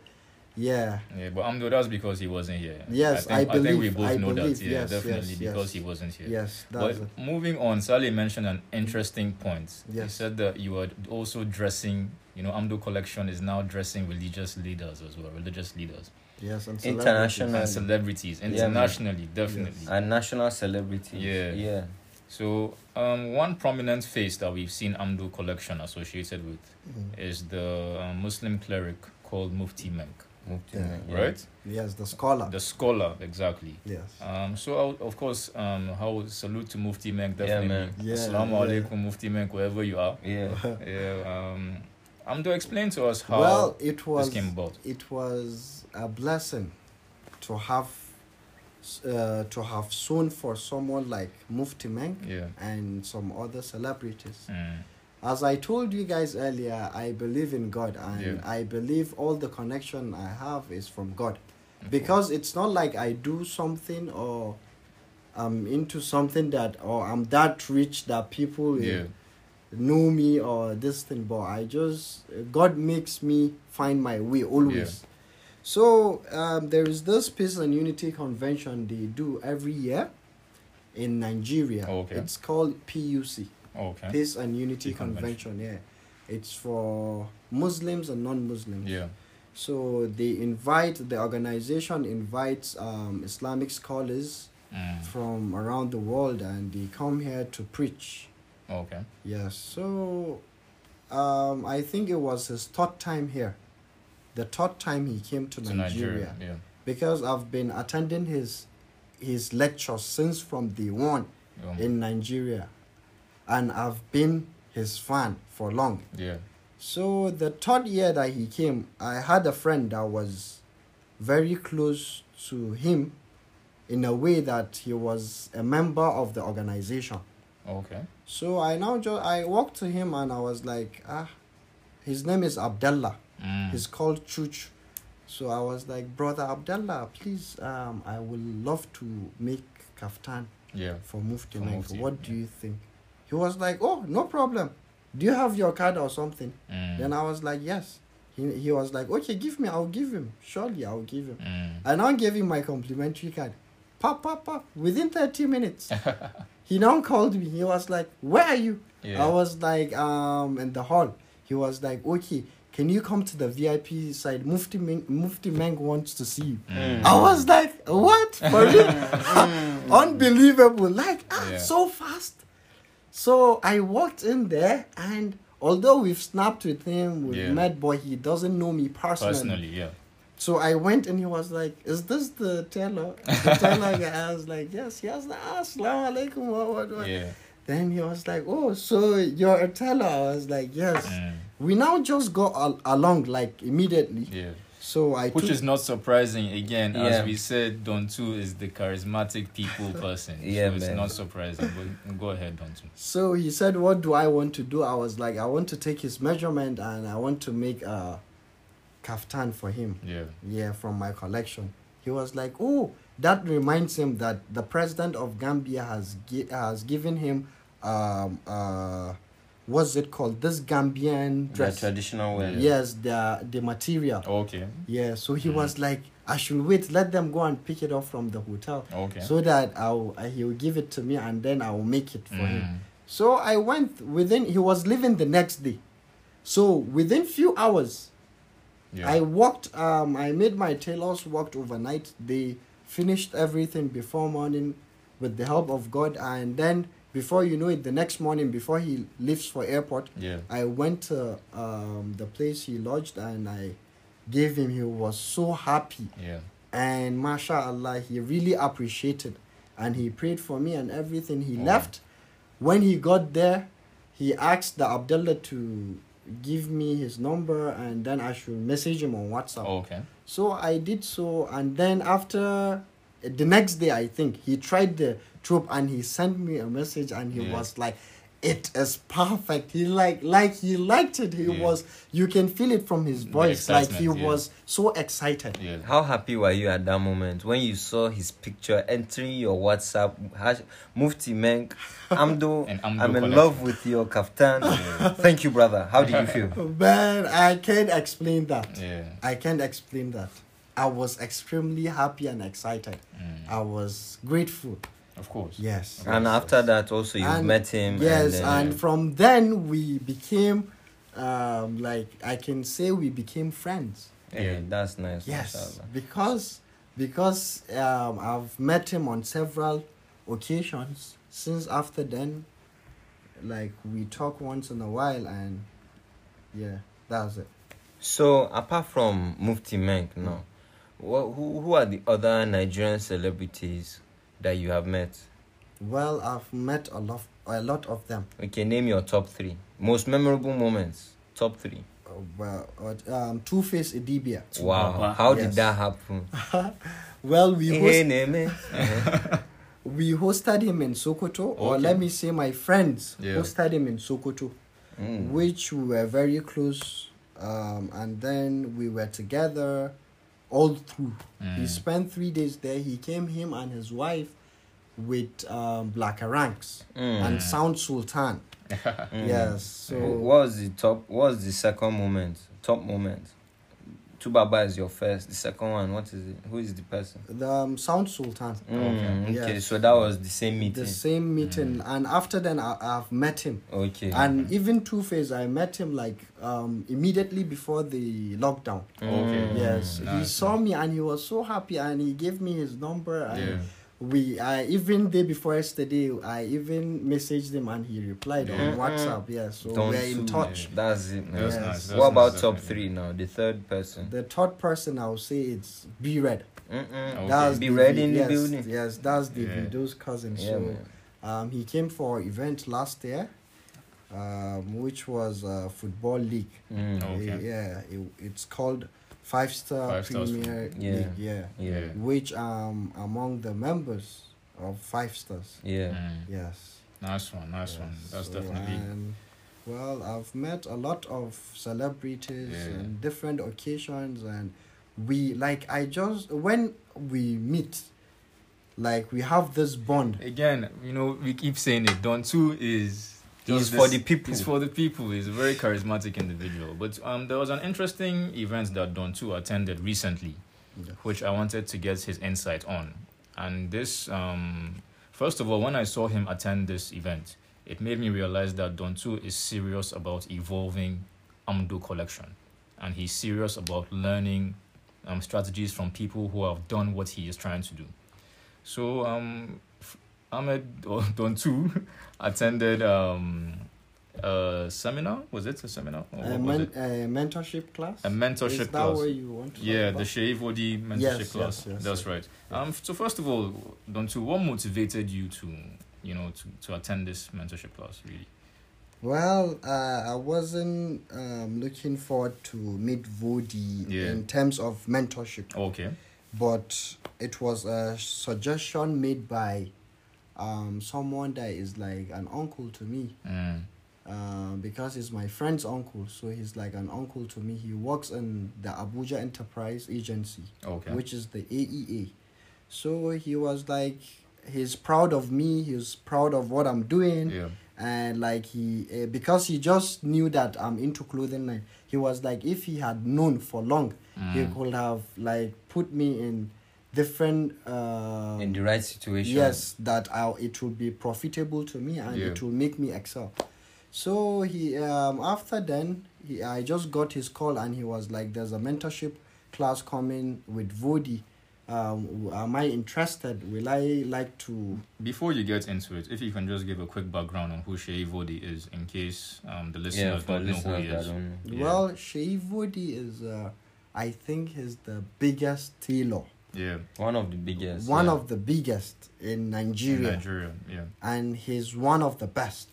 C: Yeah,
B: Yeah, but Amdo, that's because he wasn't here.
C: Yes,
B: I think,
C: I
B: think we
C: believe-
B: both
C: I
B: know
C: believe,
B: that. Yeah,
C: yes,
B: definitely
C: yes,
B: because
C: yes.
B: he wasn't here.
C: yes,
B: but
C: that's it.
B: moving on, Sally mentioned an interesting point. He
C: Yes.
B: said that you are also dressing. You know, Amdo collection is now dressing religious leaders as well, religious leaders
C: Yes, and
A: International-
B: and
A: Definitely.
B: celebrities
A: man.
B: internationally, definitely.
A: A national celebrity.
B: Yeah.
A: Yeah.
B: So, um, one prominent face that we've seen Amdo collection associated with
C: celebrities. Mm.
B: is the uh, Muslim cleric called Mufti Menk,
A: Moved to
C: Yeah.
A: Nigeria.
B: right?
C: Yes, the scholar.
B: The scholar, exactly.
C: yes.
B: Um, so I would- of course, um, how salute to Mufti Menk
A: Yeah,
B: definitely.
A: man.
C: Yeah,
B: Assalamu
C: yeah.
B: alaikum, Mufti Menk, wherever you are.
A: Yeah.
B: Yeah, um, um, to explain to us how
C: well, it
B: this
C: was
B: came about.
C: it was a blessing to have uh, to have soon for someone like Mufti Menk
B: Yeah.
C: and some other celebrities.
B: Mm.
C: As I told you guys earlier, I believe in God and
B: Yeah.
C: I believe all the connection I have is from God. Because it's not like I do something or I'm into something that or I'm that rich that people will
B: yeah,
C: know me or this thing, but I just God makes me find my way always. So um, there is this peace and unity convention they do every year in Nigeria.
B: Oh, okay.
C: It's called PUC,
B: Okay.
C: Peace and Unity
B: Peace Convention.
C: Convention. Yeah, it's for Muslims and non-Muslims.
B: Yeah.
C: So they invite the organization invites um, Islamic scholars
B: Mm.
C: from around the world, and they come here to preach.
B: Okay.
C: Yes, so um, I think it was his third time here. The third time he came to,
B: To Nigeria.
C: Nigeria,
B: Yeah.
C: because I've been attending his his lectures since from day one
B: Um,
C: in Nigeria, and I've been his fan for long.
B: yeah.
C: So the third year that he came, I had a friend that was very close to him, in a way that he was a member of the organization.
B: Okay.
C: So I now just I walked to him and I was like, ah, his name is Abdallah.
B: Mm.
C: He's called Chuch. So I was like, brother Abdallah, please, um, I will love to make kaftan
B: yeah.
C: for Mufti
B: For
C: Night.
B: Mufti,
C: What do
B: yeah.
C: you think? He was like, oh, no problem. Do you have your card or something?
B: Mm.
C: Then I was like, yes. He, he was like, okay, give me. I'll give him. Surely I'll give him.
B: Mm.
C: I now gave him my complimentary card. Pop, pop, pop. Within 30 minutes, he now called me. He was like, Where are you?
B: Yeah.
C: I was like, um, in the hall. He was like, Okay, can you come to the VIP side? Mufti Meng, Mufti Meng wants to see you.
B: Mm.
C: I was like, What? For real? Unbelievable. Like, ah,
B: Yeah.
C: so fast. So I walked in there, and although we've snapped with him, we've
B: Yeah.
C: met, but he doesn't know me personally.
B: Personally, yeah.
C: So I went and he was like, Is this the tailor? The tailor guy. I was like, Yes, yes, Assalamu alaikum. What, what, what?
B: Yeah.
C: Then he was like, Oh, so you're a tailor? I was like, Yes.
B: Mm.
C: We now just go al- along like immediately.
B: Yeah.
C: So I
B: Which
C: took-
B: is not surprising again,
A: Yeah.
B: as we said, Don Tu is the charismatic people person.
A: Yeah,
B: so it's
A: man.
B: not surprising. But go ahead, Don Tu.
C: so he said, What do I want to do? I was like, I want to take his measurement and I want to make a kaftan for him.
B: Yeah.
C: Yeah, from my collection. He was like, "Oh, that reminds him that the president of Gambia has gi- has given him um uh what's it called? This Gambian
A: The
C: dress."
A: traditional way.
C: Yes, the the material.
B: Okay.
C: Yeah, so
B: Mm-hmm.
C: he was like, "I should wait, let them go and pick it up from the hotel."
B: Okay.
C: So that I'll, I, he'll give it to me and then I'll make it for him.
B: Mm.
C: So I went within, he was leaving the next day. So within few hours,
B: Yeah.
C: I walked. Um, I made my tailors walked overnight. They finished everything before morning, with the help of God. And then before you know it, the next morning before he leaves for airport,
B: yeah.
C: I went to um, the place he lodged and I gave him. He was so happy
B: Yeah.
C: and mashallah, he really appreciated and he prayed for me and everything. He
B: Wow.
C: left. When he got there, he asked the Abdullah to give me his number and then I should message him on WhatsApp.
B: Okay.
C: So I did so, and then after the next day, I think he tried the trope and he sent me a message, and he
B: Yeah.
C: was like, "It is perfect." He like like he liked it. He
B: Yeah.
C: was you can feel it from his
B: The
C: voice, like he
B: excitement, yeah.
C: was so excited.
B: Yeah.
A: How happy were you at that moment when you saw his picture entering your WhatsApp? Hash, Mufti Menk, Amdo,
B: And Amdo
A: I'm in
B: connection.
A: love with your kaftan.
B: Yeah.
A: Thank you, brother. How did you feel?
C: Man, I can't explain that.
B: Yeah.
C: I can't explain that. I was extremely happy and excited.
B: Mm.
C: I was grateful.
B: Of course.
C: Yes.
A: And after that, also you
C: And-
A: met him.
C: Yes,
A: and, uh,
C: and,
A: then-
C: from then we became, um, like I can say we became friends.
A: Hey,
B: Yeah.
A: that's nice.
C: Yes,
A: mashallah.
C: because because um, I've met him on several occasions since after then. Like we talk once in a while, and yeah, that's it.
A: So apart from Mufti Menk, no, wha- who who are the other Nigerian celebrities that you have met?
C: Well, I've met a lot, a lot of them.
A: Okay, name your top three most memorable moments. Top three.
C: Uh, well, uh, um, Two Face Idibia.
A: Wow,
B: Baba.
A: how did
C: Yes.
A: that happen?
C: Well, we host-
A: Hey, name it. Uh-huh.
C: we hosted him in Sokoto, or
B: Okay.
C: let me say, my friends
B: Yeah. Hmm.
C: hosted him in Sokoto,
A: Mm.
C: which we were very close. Um, and then we were together all through. He
B: Mm.
C: spent three days there. He came, him and his wife, with um, Black Ranks
B: Hmm.
A: Mm.
C: and Sound Sultan.
A: Mm.
C: Yes. So
A: Wh- What was the top? What was the second moment? Top moment. Tubaba is your first. The second one, what is it? Who is the person?
C: The um, Sound Sultan.
A: Mm, okay,
C: Okay. Yes.
A: so that was the same meeting.
C: The
B: Hmm.
C: same meeting, and after then I, I've met him.
A: okay.
C: And even Two Face, I met him like um, immediately before the lockdown.
B: Okay.
C: Yes, he
B: Mm, nice,
C: saw me and he was so happy and he gave me his number and
B: Yeah.
C: we I even day before yesterday I even messaged him and he replied
B: Yeah.
C: on WhatsApp. Yeah, so
A: Don't
C: we're
A: sue.
C: in touch.
A: That's it. Man.
B: That's
C: Yes.
B: nice. That's
A: what about
B: nice,
A: top
B: definitely.
A: three now? The third person.
C: The third person I'll say it's B Red.
A: Mm-mm.
B: Okay.
C: That's
A: Be
C: the-
A: ready in the
C: yes,
A: building.
C: Yes, that's the
B: Yeah.
C: Vido's cousin.
A: Yeah,
C: so
A: man.
C: um, he came for our event last year, um, which was uh, football league.
A: Mm.
B: Oh. Okay.
C: Yeah, it, it's called Five Star
B: Five Stars
C: Premier
A: Yeah.
C: League. Yeah.
A: Yeah.
B: Yeah.
C: which um among the members of Five Stars.
A: Yeah.
B: Mm.
C: Yes.
B: Nice one, nice one.
C: Yes.
B: That's
C: So, uh,
B: definitely.
C: and, well, I've met a lot of celebrities
B: Yeah.
C: and different occasions, and we like I just when we meet, like we have this bond.
B: Again, you know, we keep saying it. Don Tu is.
A: He's
B: just
A: for
B: this-
A: the people.
B: He's for the people. He's a very charismatic individual. But um, there was an interesting event that Don Tu attended recently,
C: Yeah.
B: which I wanted to get his insight on. And this, um, first of all, when I saw him attend this event, it made me realize that Don Tu is serious about evolving Amdo collection, and he's serious about learning um, strategies from people who have done what he is trying to do. So um, f- Ahmed or Dontu attended um, a seminar. Was it a seminar? Or
C: A,
B: what was
C: men-
B: it?
C: a mentorship class.
B: A mentorship
C: Is that
B: class.
C: where you want to? talk
B: Yeah, the
C: about?
B: Shaivodi mentorship
C: Yes, yes,
B: class.
C: yes,
B: That's
C: yes.
B: right. Um, so first of all, Dontu, what motivated you to, you know, to, to attend this mentorship class? Really?
C: Well, uh, I wasn't um, looking forward to meet Vodi
B: Yeah.
C: in terms of mentorship.
B: Okay.
C: but it was a suggestion made by um, someone that is like an uncle to me
B: Mm.
C: um, because he's my friend's uncle so he's like an uncle to me he works in the abuja enterprise agency
B: Okay.
C: which is the aea so he was like he's proud of me he's proud of what i'm doing
B: yeah.
C: and like he uh, because he just knew that i'm into clothing line he was like if he had known for long he
B: Mm.
C: could have like put me in different um,
A: In the right situation.
C: yes that I, it will be profitable to me and
B: Yeah.
C: it will make me excel so he um after then he, i just got his call and he was like there's a mentorship class coming with vodi um w- am i interested will i like to
B: Before you get into it, if you can just give a quick background on who Shaivodi is, in case um, the
A: Yeah,
B: listeners
A: for
B: don't know who
A: listeners
B: he
A: that
B: is.
A: don't know.
B: Yeah.
C: well shei vodi is uh, i think he's the biggest tailor
B: Yeah.
A: One of the biggest.
C: one
A: yeah.
C: of the biggest in
B: in
C: nigeria
B: Nigeria. Yeah.
C: and he's one of the best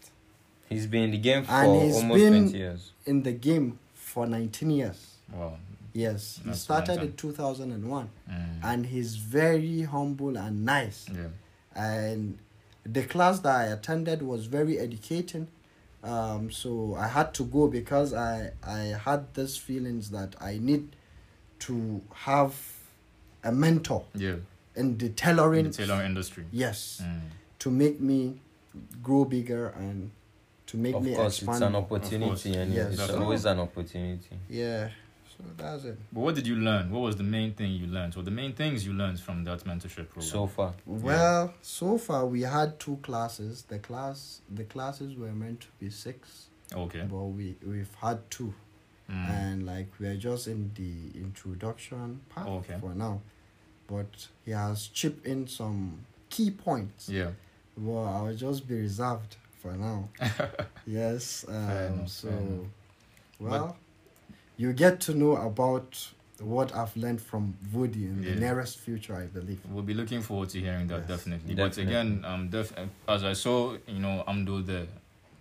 A: He's been in the game for
C: And he's
A: almost
C: been-
A: 20 years.
C: in the game for 19 years.
B: Wow.
C: Yes, he
B: That's
C: started
B: amazing.
C: in 2001
B: Mm.
C: and he's very humble and nice.
B: yeah.
C: And the class that I attended was very educating. Um, so I had to go because I, I had this feelings that I need to have a mentor
B: Yeah.
C: in the
B: In
C: tailoring.
B: the tailor industry.
C: yes,
B: Mm.
C: to make me grow bigger and to make
A: Of
C: me
A: course,
C: expand.
A: it's an
C: more.
A: opportunity, and
C: Yes.
A: it's
B: Definitely.
A: always an opportunity.
C: yeah, so that's it.
B: But what did you learn? What was the main thing you learned? Or the main things you learned from that mentorship program?
A: So far,
C: Well, so far we had two classes. The class the classes were meant to be six,
B: okay.
C: but we we've had two, uh,
B: Mm.
C: and like we are just in the introduction part
B: Okay.
C: for now. But he has chipped in some key points.
B: Yeah.
C: Well, I'll just be reserved for now. yes. Um,
B: enough,
C: so,
B: fair enough.
C: well, you get to know about what I've learned from Vodi in
B: Yeah.
C: the nearest future, I believe.
B: We'll be looking forward to hearing that
C: Yes.
B: definitely. But
A: Definitely.
B: again, um, def- as I saw, you know, Amdo there,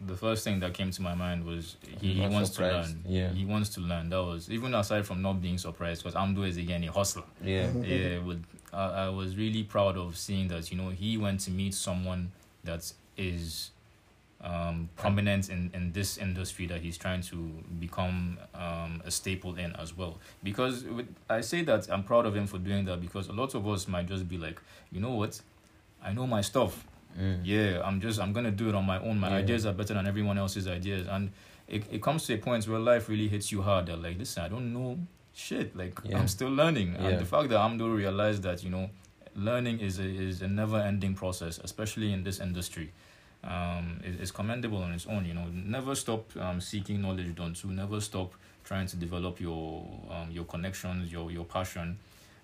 B: the first thing that came to my mind was he,
A: I'm
B: he
A: not
B: wants
A: surprised.
B: to learn.
A: Yeah.
B: He wants to learn. That was even aside from not being surprised, because Amdo is again a hustler.
A: yeah.
B: yeah, with, I, I was really proud of seeing that you know he went to meet someone that is um, prominent in, in this industry that he's trying to become um, a staple in as well. Because with, I say that I'm proud of him for doing that because a lot of us might just be like, you know what, I know my stuff
C: Mm-hmm.
A: Mm.
B: yeah i'm just i'm gonna do it on my own my
A: Yeah.
B: ideas are better than everyone else's ideas and it, it comes to a point where life really hits you hard that like listen i don't know shit, like
A: Yeah.
B: I'm still learning.
A: Yeah.
B: And the fact that Amdo realized that, you know, learning is a, is a never ending process, especially in this industry. Um, is, is commendable on its own, you know. Never stop um, seeking knowledge, don't you? Never stop trying to develop your um, your connections, your your passion,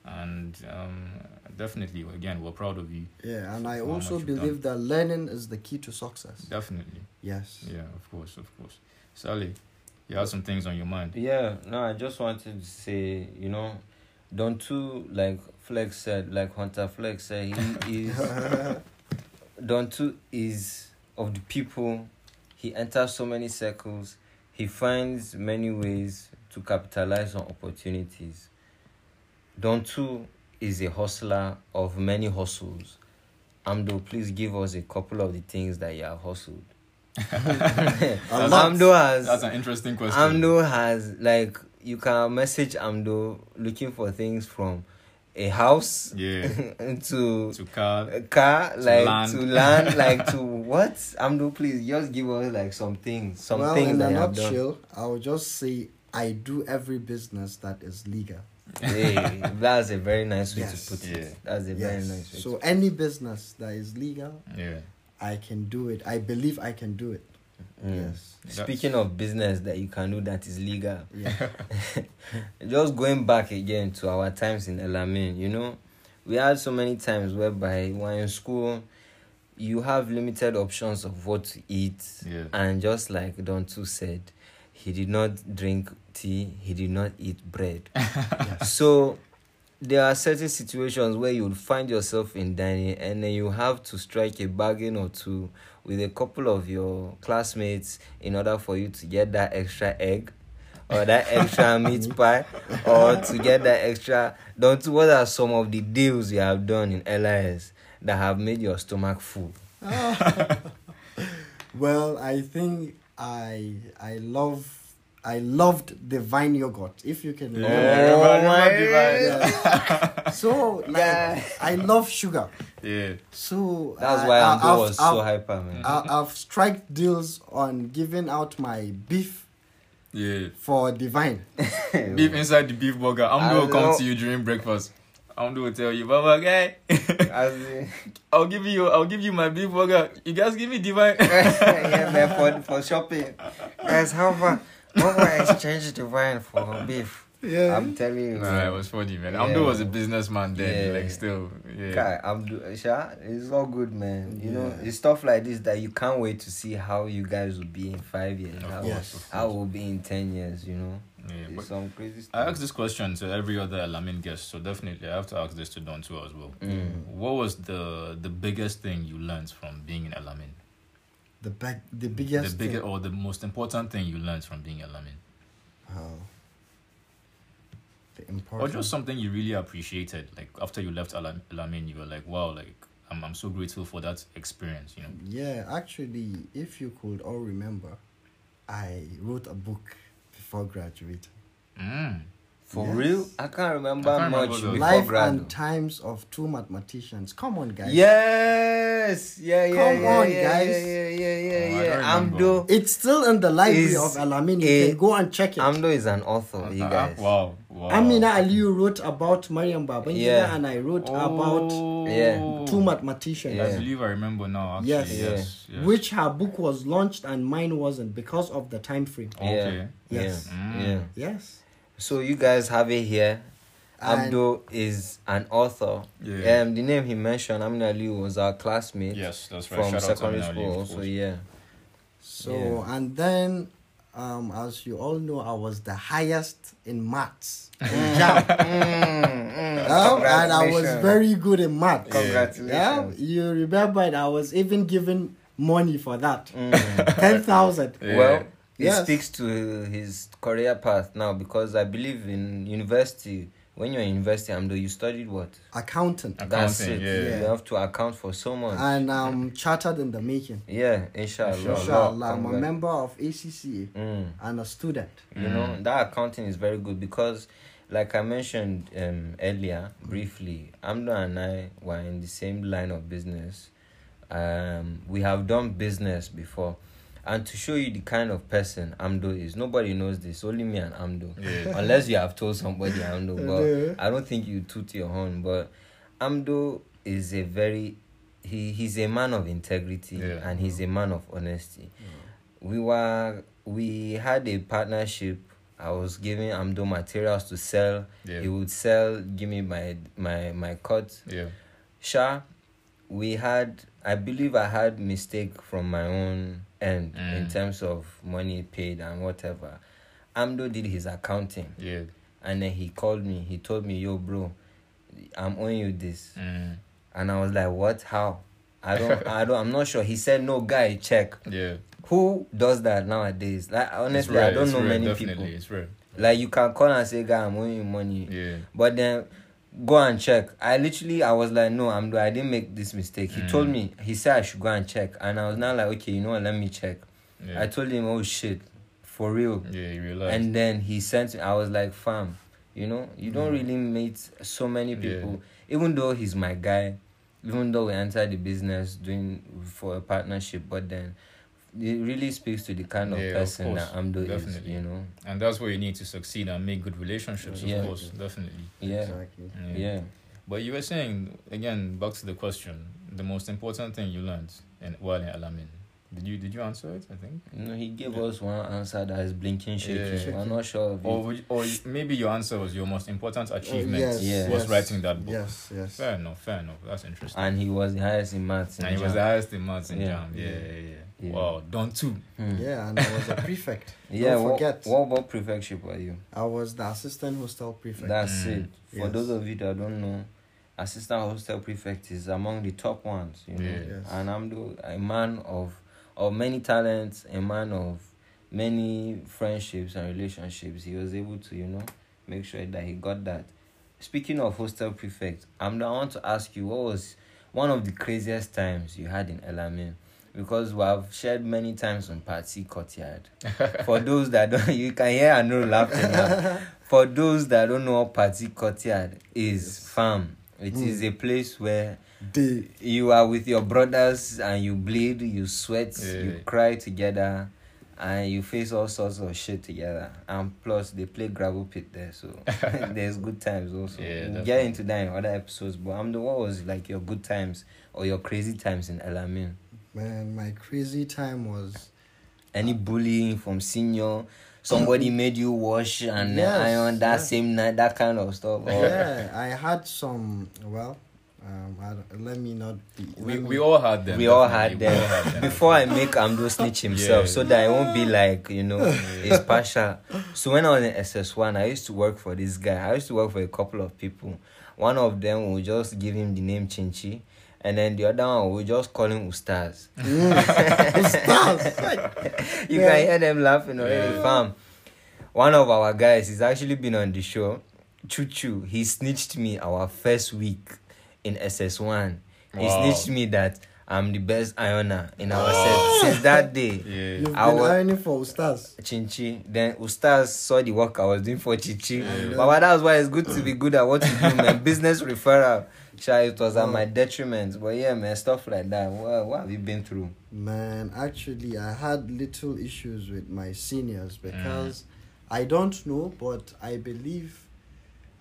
B: and um, definitely, again, we're proud of you.
C: Yeah, and I
B: How
C: also
B: much you've done.
C: believe that learning is the key to success.
B: Definitely,
C: Yes.
B: yeah, of course, of course. Sally, you have some things on your mind.
A: Yeah, no, I just wanted to say, you know, don't too like Flex said, like Hunter Flex said, he is Don too is of the people. He enters so many circles. He finds many ways to capitalize on opportunities. Don too is a hustler of many hustles. Amdo, please give us a couple of the things that you have hustled.
C: A lot.
A: Amdo has
B: That's an interesting question.
A: Amdo has like you can message Amdo looking for things from a house
B: Yeah.
A: to
B: to car.
A: a car,
B: To
A: like
B: land.
A: to land, like to what? Amdo, please just give us like some things, some
C: well,
A: things
C: in a
A: that you have done.
C: nutshell, I will just say I do every business that is legal.
A: Hey, that's a very nice way
C: Yes.
A: to put
B: Yeah.
A: it. That's a very
C: yes.
A: nice way.
C: so
A: to-
C: any business that is legal,
B: Yeah.
C: I can do it. I believe I can do it.
A: Mm.
C: Yes.
A: Speaking of business that you can do that is legal,
C: Yeah.
A: just going back again to our times in Elamin, you know, we had so many times whereby when in school, you have limited options of what to eat,
B: Yeah.
A: and just like Don Tu said, he did not drink tea, he did not eat bread. so there are certain situations where you'll find yourself in dining and then you have to strike a bargain or two with a couple of your classmates in order for you to get that extra egg or that extra meat pie or to get that extra don't what are some of the deals you have done in LIS that have made your stomach full?
C: well, I think I I love I loved divine yogurt. If you can
B: Yeah,
C: remember.
A: Oh
B: remember-
A: my
B: remember the
C: Yeah. so like,
A: Yeah.
C: I love sugar.
B: vibe. Yeah.
C: So
A: That's
C: I-
A: why
C: I-
A: Amdo
C: I've-
A: was so
C: I've-
A: hyper man.
C: I, I've struck deals on giving out my beef
B: Yeah.
C: for divine.
B: Beef inside the beef burger.
A: I
B: Amdo will come
A: know.
B: to you during breakfast. Amdo will tell you, Baba guy,
A: As in-
B: I'll give you I'll give you my beef burger. You guys give me divine.
A: yeah, man, for, for shopping. Guys, how about how about exchange the wine for beef?
C: Yeah.
A: I'm telling you,
B: nah, it
A: man.
B: was funny, man.
A: Yeah.
B: Amdo was a businessman then,
A: Yeah.
B: like still. Yeah.
A: Guy, I'm do- Sha, it's all good, man. You know,
C: Yeah.
A: it's stuff like this that you can't wait to see how you guys will be in five years.
B: Of
A: How,
B: course,
C: Yes.
B: of
A: how will be in ten years? You know,
B: Yeah,
A: it's
B: but
A: some crazy
B: I
A: stuff.
B: asked this question to every other Alamin guest, so definitely I have to ask this to Don too as well.
A: Mm.
B: What was the the biggest thing you learned from being in Alamin?
C: The big, the biggest.
B: the biggest
C: thing-
B: or the most important thing you learned from being Alamin?
C: Wow. Oh. The
B: or
C: important.
B: just something you really appreciated like after you left Ala- alamin you were like wow like I'm, I'm so grateful for that experience you know
C: yeah, actually, if you could all remember, I wrote a book before graduating.
B: mm.
A: For
C: Yes.
A: real, I can't remember
B: I can't
A: much
B: remember those.
A: before
C: Life
A: grad.
C: and Times of Two Mathematicians. Come on, guys.
A: Yes, yeah, yeah,
C: Come
A: yeah,
C: on,
A: yeah,
C: guys.
A: yeah, yeah, yeah,
B: Oh, I
A: yeah.
B: don't
A: I'm
B: remember.
A: do.
C: It's still in the library
A: Is
C: of Alamin. You
A: a-
C: can go and check it.
A: Amdo is an author, you
B: Uh,
A: guys.
B: wow wow
C: Amina Aliyu wrote about Mariam Babangida,
A: Oh. Yeah.
C: and I wrote
A: Yeah.
C: about two mathematicians.
B: Oh. I
A: Yeah.
B: believe I remember now actually
C: Yes.
B: yes
A: Yeah.
B: yes,
C: which her book was launched and mine wasn't because of the time frame.
B: okay
A: Yeah,
C: Yes.
A: yeah,
B: Mm.
A: yeah.
C: Yes.
A: So you guys have it here.
C: And-
A: Abdo is an author.
B: Yeah.
A: Um, the name he mentioned, Amin Ali, was our classmate
B: yes that's right
A: from
B: Shout out to
A: secondary
B: Amina Ali,
A: school.
B: of
A: Also,
B: course.
A: yeah.
C: So
A: Yeah.
C: and then um, as you all know, I was the highest in maths.
A: Mm. Oh,
C: Um, and I was very good in maths.
A: Congratulations.
C: Yeah, you remember that I was even given money for that. Ten thousand.
B: Yeah.
A: Mm. Well,
C: Yes.
A: it speaks to his career path now because I believe in university. When you're in university, Amdo, you studied what?
C: Accountant.
A: That's it.
B: Accounting, yeah.
A: You have to account for so much.
C: And um chartered in the making.
A: yeah, inshallah.
C: Inshallah. I'm a
A: Congrats.
C: member of ACCA
A: Mm.
C: and a student.
A: you know
B: Mm.
A: that accounting is very good because like i mentioned um, earlier briefly amdo and i were in the same line of business um, we have done business before And to show you the kind of person Amdo is, nobody knows this, only me and Amdo.
B: Yeah.
A: Unless you have told somebody Amdo, but
C: Yeah.
A: I don't think you toot your horn. But Amdo is a very, he, he's a man of integrity
B: Yeah.
A: and he's a man of honesty. We were, we had a partnership. I was giving Amdo materials to sell.
B: Yeah.
A: He would sell, give me my my my cut.
B: Yeah.
A: Sha, we had, I believe I had mistake from my own end
B: Mm.
A: in terms of money paid and whatever. Amdo did his accounting
B: Yeah.
A: and then he called me. He told me, yo, bro, I'm owing you this.
B: Mm.
A: And I was like, what? How? I don't, I don't, I'm not sure. He said, no, guy, check.
B: Yeah.
A: Who does that nowadays? Like,
B: It's
A: honestly,
B: rare,
A: I don't
B: it's
A: know
B: rare,
A: many
B: definitely.
A: people.
B: It's rare.
A: Like, you can call and say, guy, I'm owing you money.
B: Yeah.
A: But then go and check. I literally I was like, no, I'm I didn't make this mistake. He
B: Mm.
A: told me he said I should go and check, and I was now like, okay, you know what? Let me check.
B: Yeah.
A: I told him, oh shit, for real.
B: yeah. You realize.
A: And then he sent me. I was like, fam, you know, you don't
B: Mm.
A: really meet so many
B: Yeah.
A: people. Even though he's my guy, even though we entered the business doing for a partnership, but then. It really speaks to the kind of
B: Yeah, of
A: person
B: course,
A: that Amdo is,
B: definitely.
A: you know.
B: and that's what you need to succeed and make good relationships, of
A: Yeah.
B: course, definitely.
A: Yeah,
C: Exactly.
A: yeah,
B: But you were saying again, back to the question, the most important thing you learned in while in Alamin. Did you did you answer it? I think.
A: No, he gave
B: Yeah.
A: us one answer that is blinking shaky.
B: Yeah.
A: I'm not sure of
B: Or
A: it.
B: would you- or maybe your answer was your most important achievement
C: yes,
A: Yeah.
B: was
C: yes.
B: writing that book.
C: Yes, yes.
B: Fair enough. Fair enough. That's interesting.
A: And he was the highest in maths. in
B: and he was
A: Jamb.
B: the highest in maths in
A: Yeah.
B: Jam. Yeah, yeah, yeah.
A: Yeah.
B: Wow, done too.
A: Hmm.
C: Yeah, and I was a prefect.
A: Yeah,
C: Don't
A: wha-
C: forget,
A: What, about prefectship are you?
C: I was the assistant hostel prefect.
A: That's
B: Mm.
A: it. For
C: Yes.
A: those of you that don't know, assistant hostel prefect is among the top ones. You know,
B: Yeah.
C: Yes.
A: and I'm the, a man of of many talents, a man of many friendships and relationships. He was able to, you know, make sure that he got that. Speaking of hostel prefect, I'm the, I want to ask you what was one of the craziest times you had in Elamin. Because we have shared many times on Party Courtyard. For those that don't, you can hear I know laughing now. For those that don't know what Party Courtyard is, fam, it is
C: Mm.
A: a place where
C: They
A: you are with your brothers and you bleed, you sweat,
B: Yeah.
A: you cry together, and you face all sorts of shit together. And plus, they play gravel pit there, so there's good times also.
B: Yeah,
A: we'll get
B: definitely.
A: into that in other episodes. But I'm the what was like your good times or your crazy times in Alamin?
C: man, my crazy time was
B: Ah.
A: Any bullying from senior? Somebody made you wash and
C: Yes,
A: iron that
C: yes.
A: same night, that kind of stuff. or-
C: yeah, I had some. Well, um, I don't- let me not be.
B: We,
C: let
B: we
C: me-
B: all had them.
A: we all had
B: definitely.
A: them.
B: We all had them.
A: Before I make Amdo snitch himself,
B: Yeah.
A: so that I won't be like, you know, it's partial. So when I was in SS1, I used to work for this guy. I used to work for a couple of people. One of them will just give him the name Chinchi, and then the other one will just call him Ustaz. you
C: Yeah.
A: can hear them laughing already, fam. One of our guys, he's actually been on the show. Choo Choo, he snitched me our first week in SS1. He
B: Wow.
A: snitched me that I'm the best ironer in our set. Since that day,
B: Yeah.
C: You've
A: I
C: been
A: wa-
C: ironing for stars.
A: Chinchi. Then Ustaz saw the work I was doing for Chinchi.
C: Yeah.
A: Baba, that's why it's good to be good at what you do, man. Business referral. Sha, it was at my detriment. But yeah, man, stuff like that. What, what have you been through?
C: Man, actually, I had little issues with my seniors because I don't know, but I believe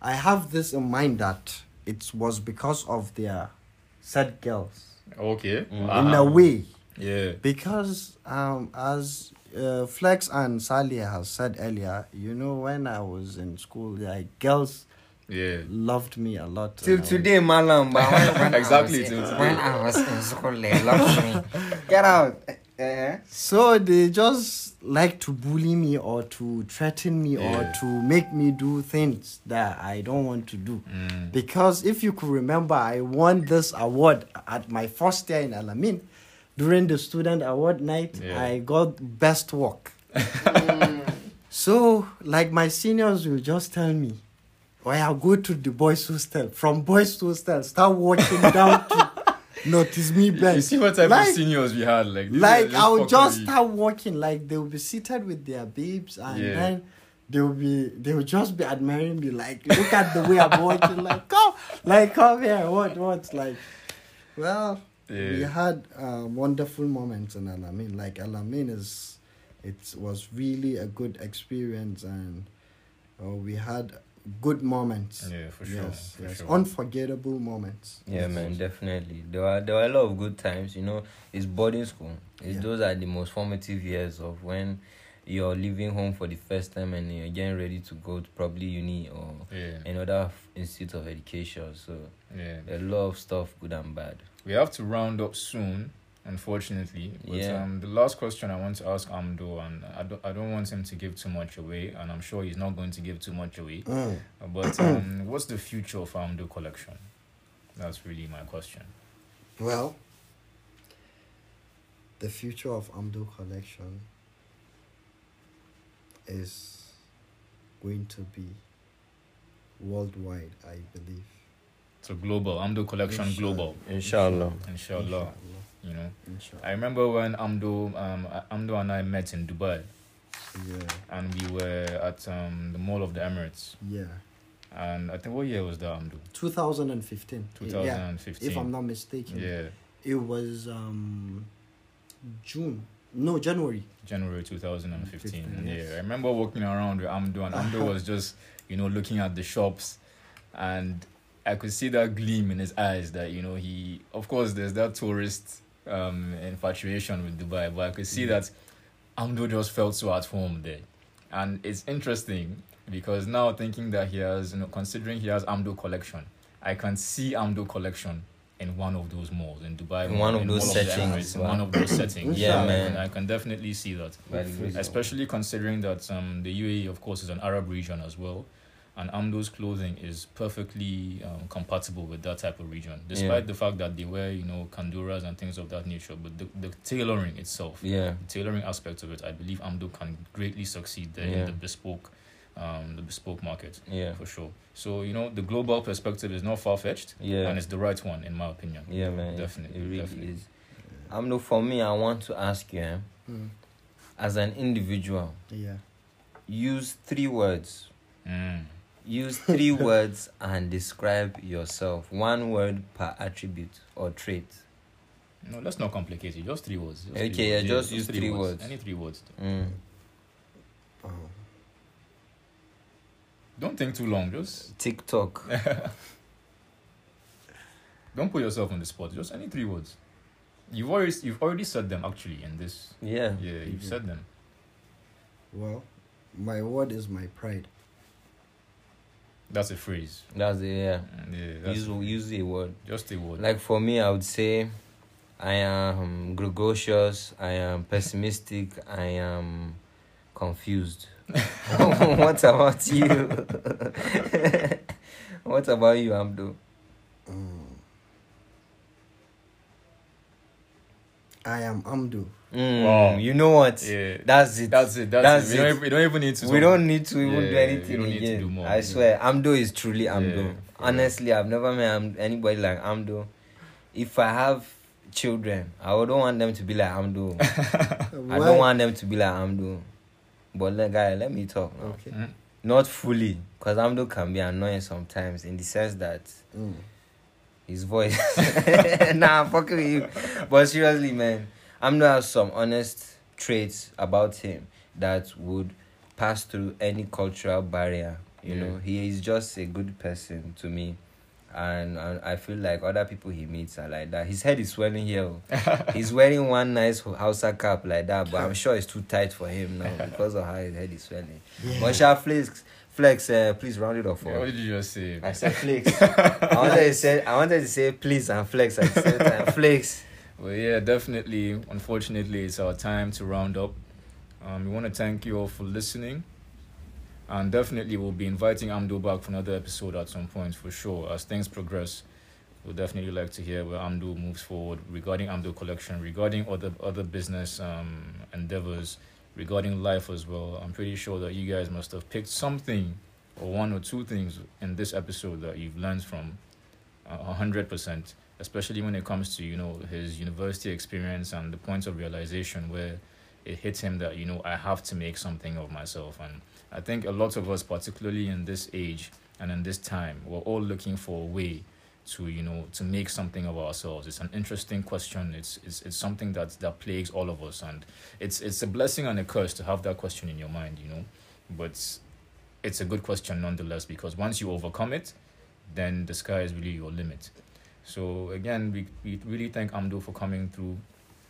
C: I have this in mind that it was because of their sad girls
B: Okay. Ah.
A: Mm.
C: in a way.
B: Yeah.
C: Because um, as uh, Flex and Sally has said earlier, you know, when I was in school, like girls
B: Yeah.
C: loved me a lot.
A: Till
C: and I was-
A: today, Malam. But when, when
B: Exactly,
A: I was,
B: till
A: in-
B: today.
A: When I was in school, they loved me. Get out. Uh-huh.
C: So they just like to bully me or to threaten me
B: Yeah.
C: or to make me do things that I don't want to do.
B: Mm.
C: Because if you could remember, I won this award at my first year in Alamin. During the student award night,
B: Yeah.
C: I got best work. So, like my seniors will just tell me, well, go to the boys' hostel. From boys' hostel, start walking down to notice me
B: You-
C: best.
B: You see what type
C: Like-
B: of seniors we had, like these
C: like
B: are
C: I would just
B: fuckery.
C: start walking. Like they will be seated with their babes, and
B: Yeah.
C: then they will be they will just be admiring me. Like look at the way I'm walking. Like come, like come here. What what like. Well, we
B: Yeah.
C: had uh, wonderful moments in Alamin. Like Alamin is, it was really a good experience, and uh, we had good moments.
B: Yeah, for sure.
C: yes,
B: for
C: yes,
B: sure.
C: unforgettable moments.
A: Yeah, man, definitely. There were there were a lot of good times. You know, it's boarding school. It's
C: Yeah.
A: those are the most formative years of when you're leaving home for the first time and you're getting ready to go to probably uni or
B: yeah.
A: another f- institute of education. So
B: Yeah.
A: a lot of stuff, good and bad.
B: We have to round up soon, unfortunately. But
A: Yeah.
B: um, the last question I want to ask Amdo, and I don't, I don't want him to give too much away, and I'm sure he's not going to give too much away.
C: Mm.
B: But um, what's the future of Amdo collection? That's really my question.
C: Well, the future of Amdo collection is going to be worldwide, I believe.
B: So global, Amdo collection
C: Inshallah.
B: global,
A: Inshallah.
B: inshallah. You know, I
C: Inshallah.
B: remember when Amdo, um, Amdo and I met in Dubai,
C: Yeah.
B: and we were at um, the Mall of the Emirates,
C: Yeah.
B: and I think what year was that Amdo?
C: 2015. Yeah.
B: 2015.
C: If I'm not mistaken.
B: yeah,
C: It was um June. No, January.
B: January 2015.
C: 15,
B: yeah,
C: yes.
B: I remember walking around with Amdo, and Amdo was just, you know, looking at the shops, and I could see that gleam in his eyes that, you know, he, of course, there's that tourist um, infatuation with Dubai, but I could see that Amdo just felt so at home there. And it's interesting because now thinking that he has, you know, considering he has Amdo collection, I can see Amdo collection in one of those malls in Dubai,
A: In one of
B: in
A: those
B: Mall the
A: settings,
B: Emirates, in one of those settings.
A: Yeah,
B: I
A: man.
B: can- I can definitely see that
A: By the grace of
B: especially considering that um, the UAE, of course, is an Arab region as well, and Amdo's clothing is perfectly um, compatible with that type of region, despite the fact that they wear, you know, kanduras and things of that nature. But the, the tailoring itself,
A: God. Yeah.
B: the tailoring aspect of it, I believe Amdo can greatly succeed there
A: Yeah.
B: in the bespoke, um, the bespoke market
A: Yeah.
B: for sure. So you know, the global perspective is not far fetched,
A: Yeah.
B: and it's the right one in my opinion.
A: Yeah, man. it-
B: Definitely,
A: It really
B: definitely.
A: is. I'm no for me. I want to ask you, eh,
C: Mm.
A: as an individual,
C: Yeah.
A: use three words.
B: Mm.
A: Use three words and describe yourself. One word per attribute or trait.
B: No, let's not complicate it. Just three words. just three
A: Okay, yeah,
B: words.
A: just use three words.
B: Any three words.
A: Mm.
C: Oh.
B: Don't think too long. Just
A: TikTok.
B: don't put yourself on the spot. Just any three words. You've already you've already said them actually in this.
A: Yeah.
B: Yeah, you've
C: Mhm.
B: said them.
C: Well, my word is my pride.
B: That's a phrase. Mm,
A: That's it. Yeah.
B: Yeah, that's
A: Use use a word.
B: just a word.
A: Like for me, I would say, I am gregarious. I am pessimistic. I am confused. what about you? what about you, Abdul?
C: Mm. I am Amdu.
A: Mm,
B: Wow.
A: You know what?
B: Um, yeah,
A: That's it.
B: that's it. That's,
A: that's
B: it.
A: it.
B: We, don't, ev- we don't even need to.
A: we
B: talk. Hmm?
A: don't need to even do
B: Yeah, we
A: anything
B: don't need to
A: again.
B: do more.
A: I swear, Amdo is truly
B: Yeah,
A: Amdo.
B: for real.
A: Honestly, I've never met Am- anybody like Amdo. If I have children, I wouldn't want them to be like Amdo. I don't want them to be like Amdo. But le- guy, let me talk now.
C: Okay.
B: Mm.
A: Not fully, because Amdo can be annoying sometimes in the sense that
C: Mm.
A: his voice. nah, I'm fucking with you. But seriously, man, Amdo has some honest traits about him that would pass through any cultural barrier. You
B: Yeah.
A: know, he is just a good person to me. And, and I feel like other people he meets are like that. His head is swelling here. oh. He's wearing one nice Hausa cap like that, but I'm sure it's too tight for him now because of how his head is swelling. But Sha Flex, Flex uh, please round it off for
B: Yeah, what did you just say?
A: I said flex. I wanted to say I wanted to say please and flex at the same time. Flex.
B: Well, yeah, definitely. Unfortunately, it's our time to round up. Um, we want to thank you all for listening. And definitely, we'll be inviting Amdo back for another episode at some point for sure. As things progress, we'll definitely like to hear where Amdo moves forward regarding Amdo Collection, regarding other, other business um, endeavors, regarding life as well. I'm pretty sure that you guys must have picked something or one or two things in this episode that you've learned from uh, 100% especially when it comes to you know his university experience and the point of realization where it hit him that you know I have to make something of myself and I think a lot of us particularly in this age and in this time we're all looking for a way to you know to make something of ourselves it's an interesting question it's it's, it's something that that plagues all of us and it's it's a blessing and a curse to have that question in your mind you know but it's a good question nonetheless because once you overcome it then the sky is really your limit so again we, we really thank amdo for coming through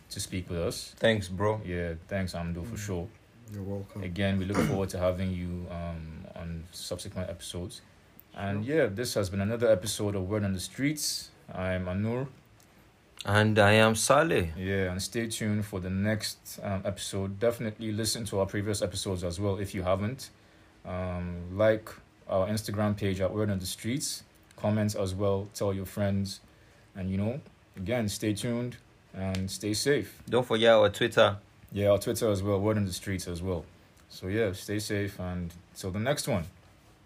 B: to speak with us
A: Thanks, bro.
B: yeah thanks amdo for sure
C: You're welcome.
B: again we look forward to having you um, on subsequent episodes and yeah this has been another episode of word on the streets i'm anur
A: And I am Saleh.
B: yeah and stay tuned for the next um, episode definitely listen to our previous episodes as well if you haven't um, like our instagram page at word on the streets comment as well tell your friends and you know again stay tuned and stay safe
A: Don't forget our Twitter.
B: Yeah, our Twitter as well, Word on the Streets as well. So yeah, stay safe and till the next one.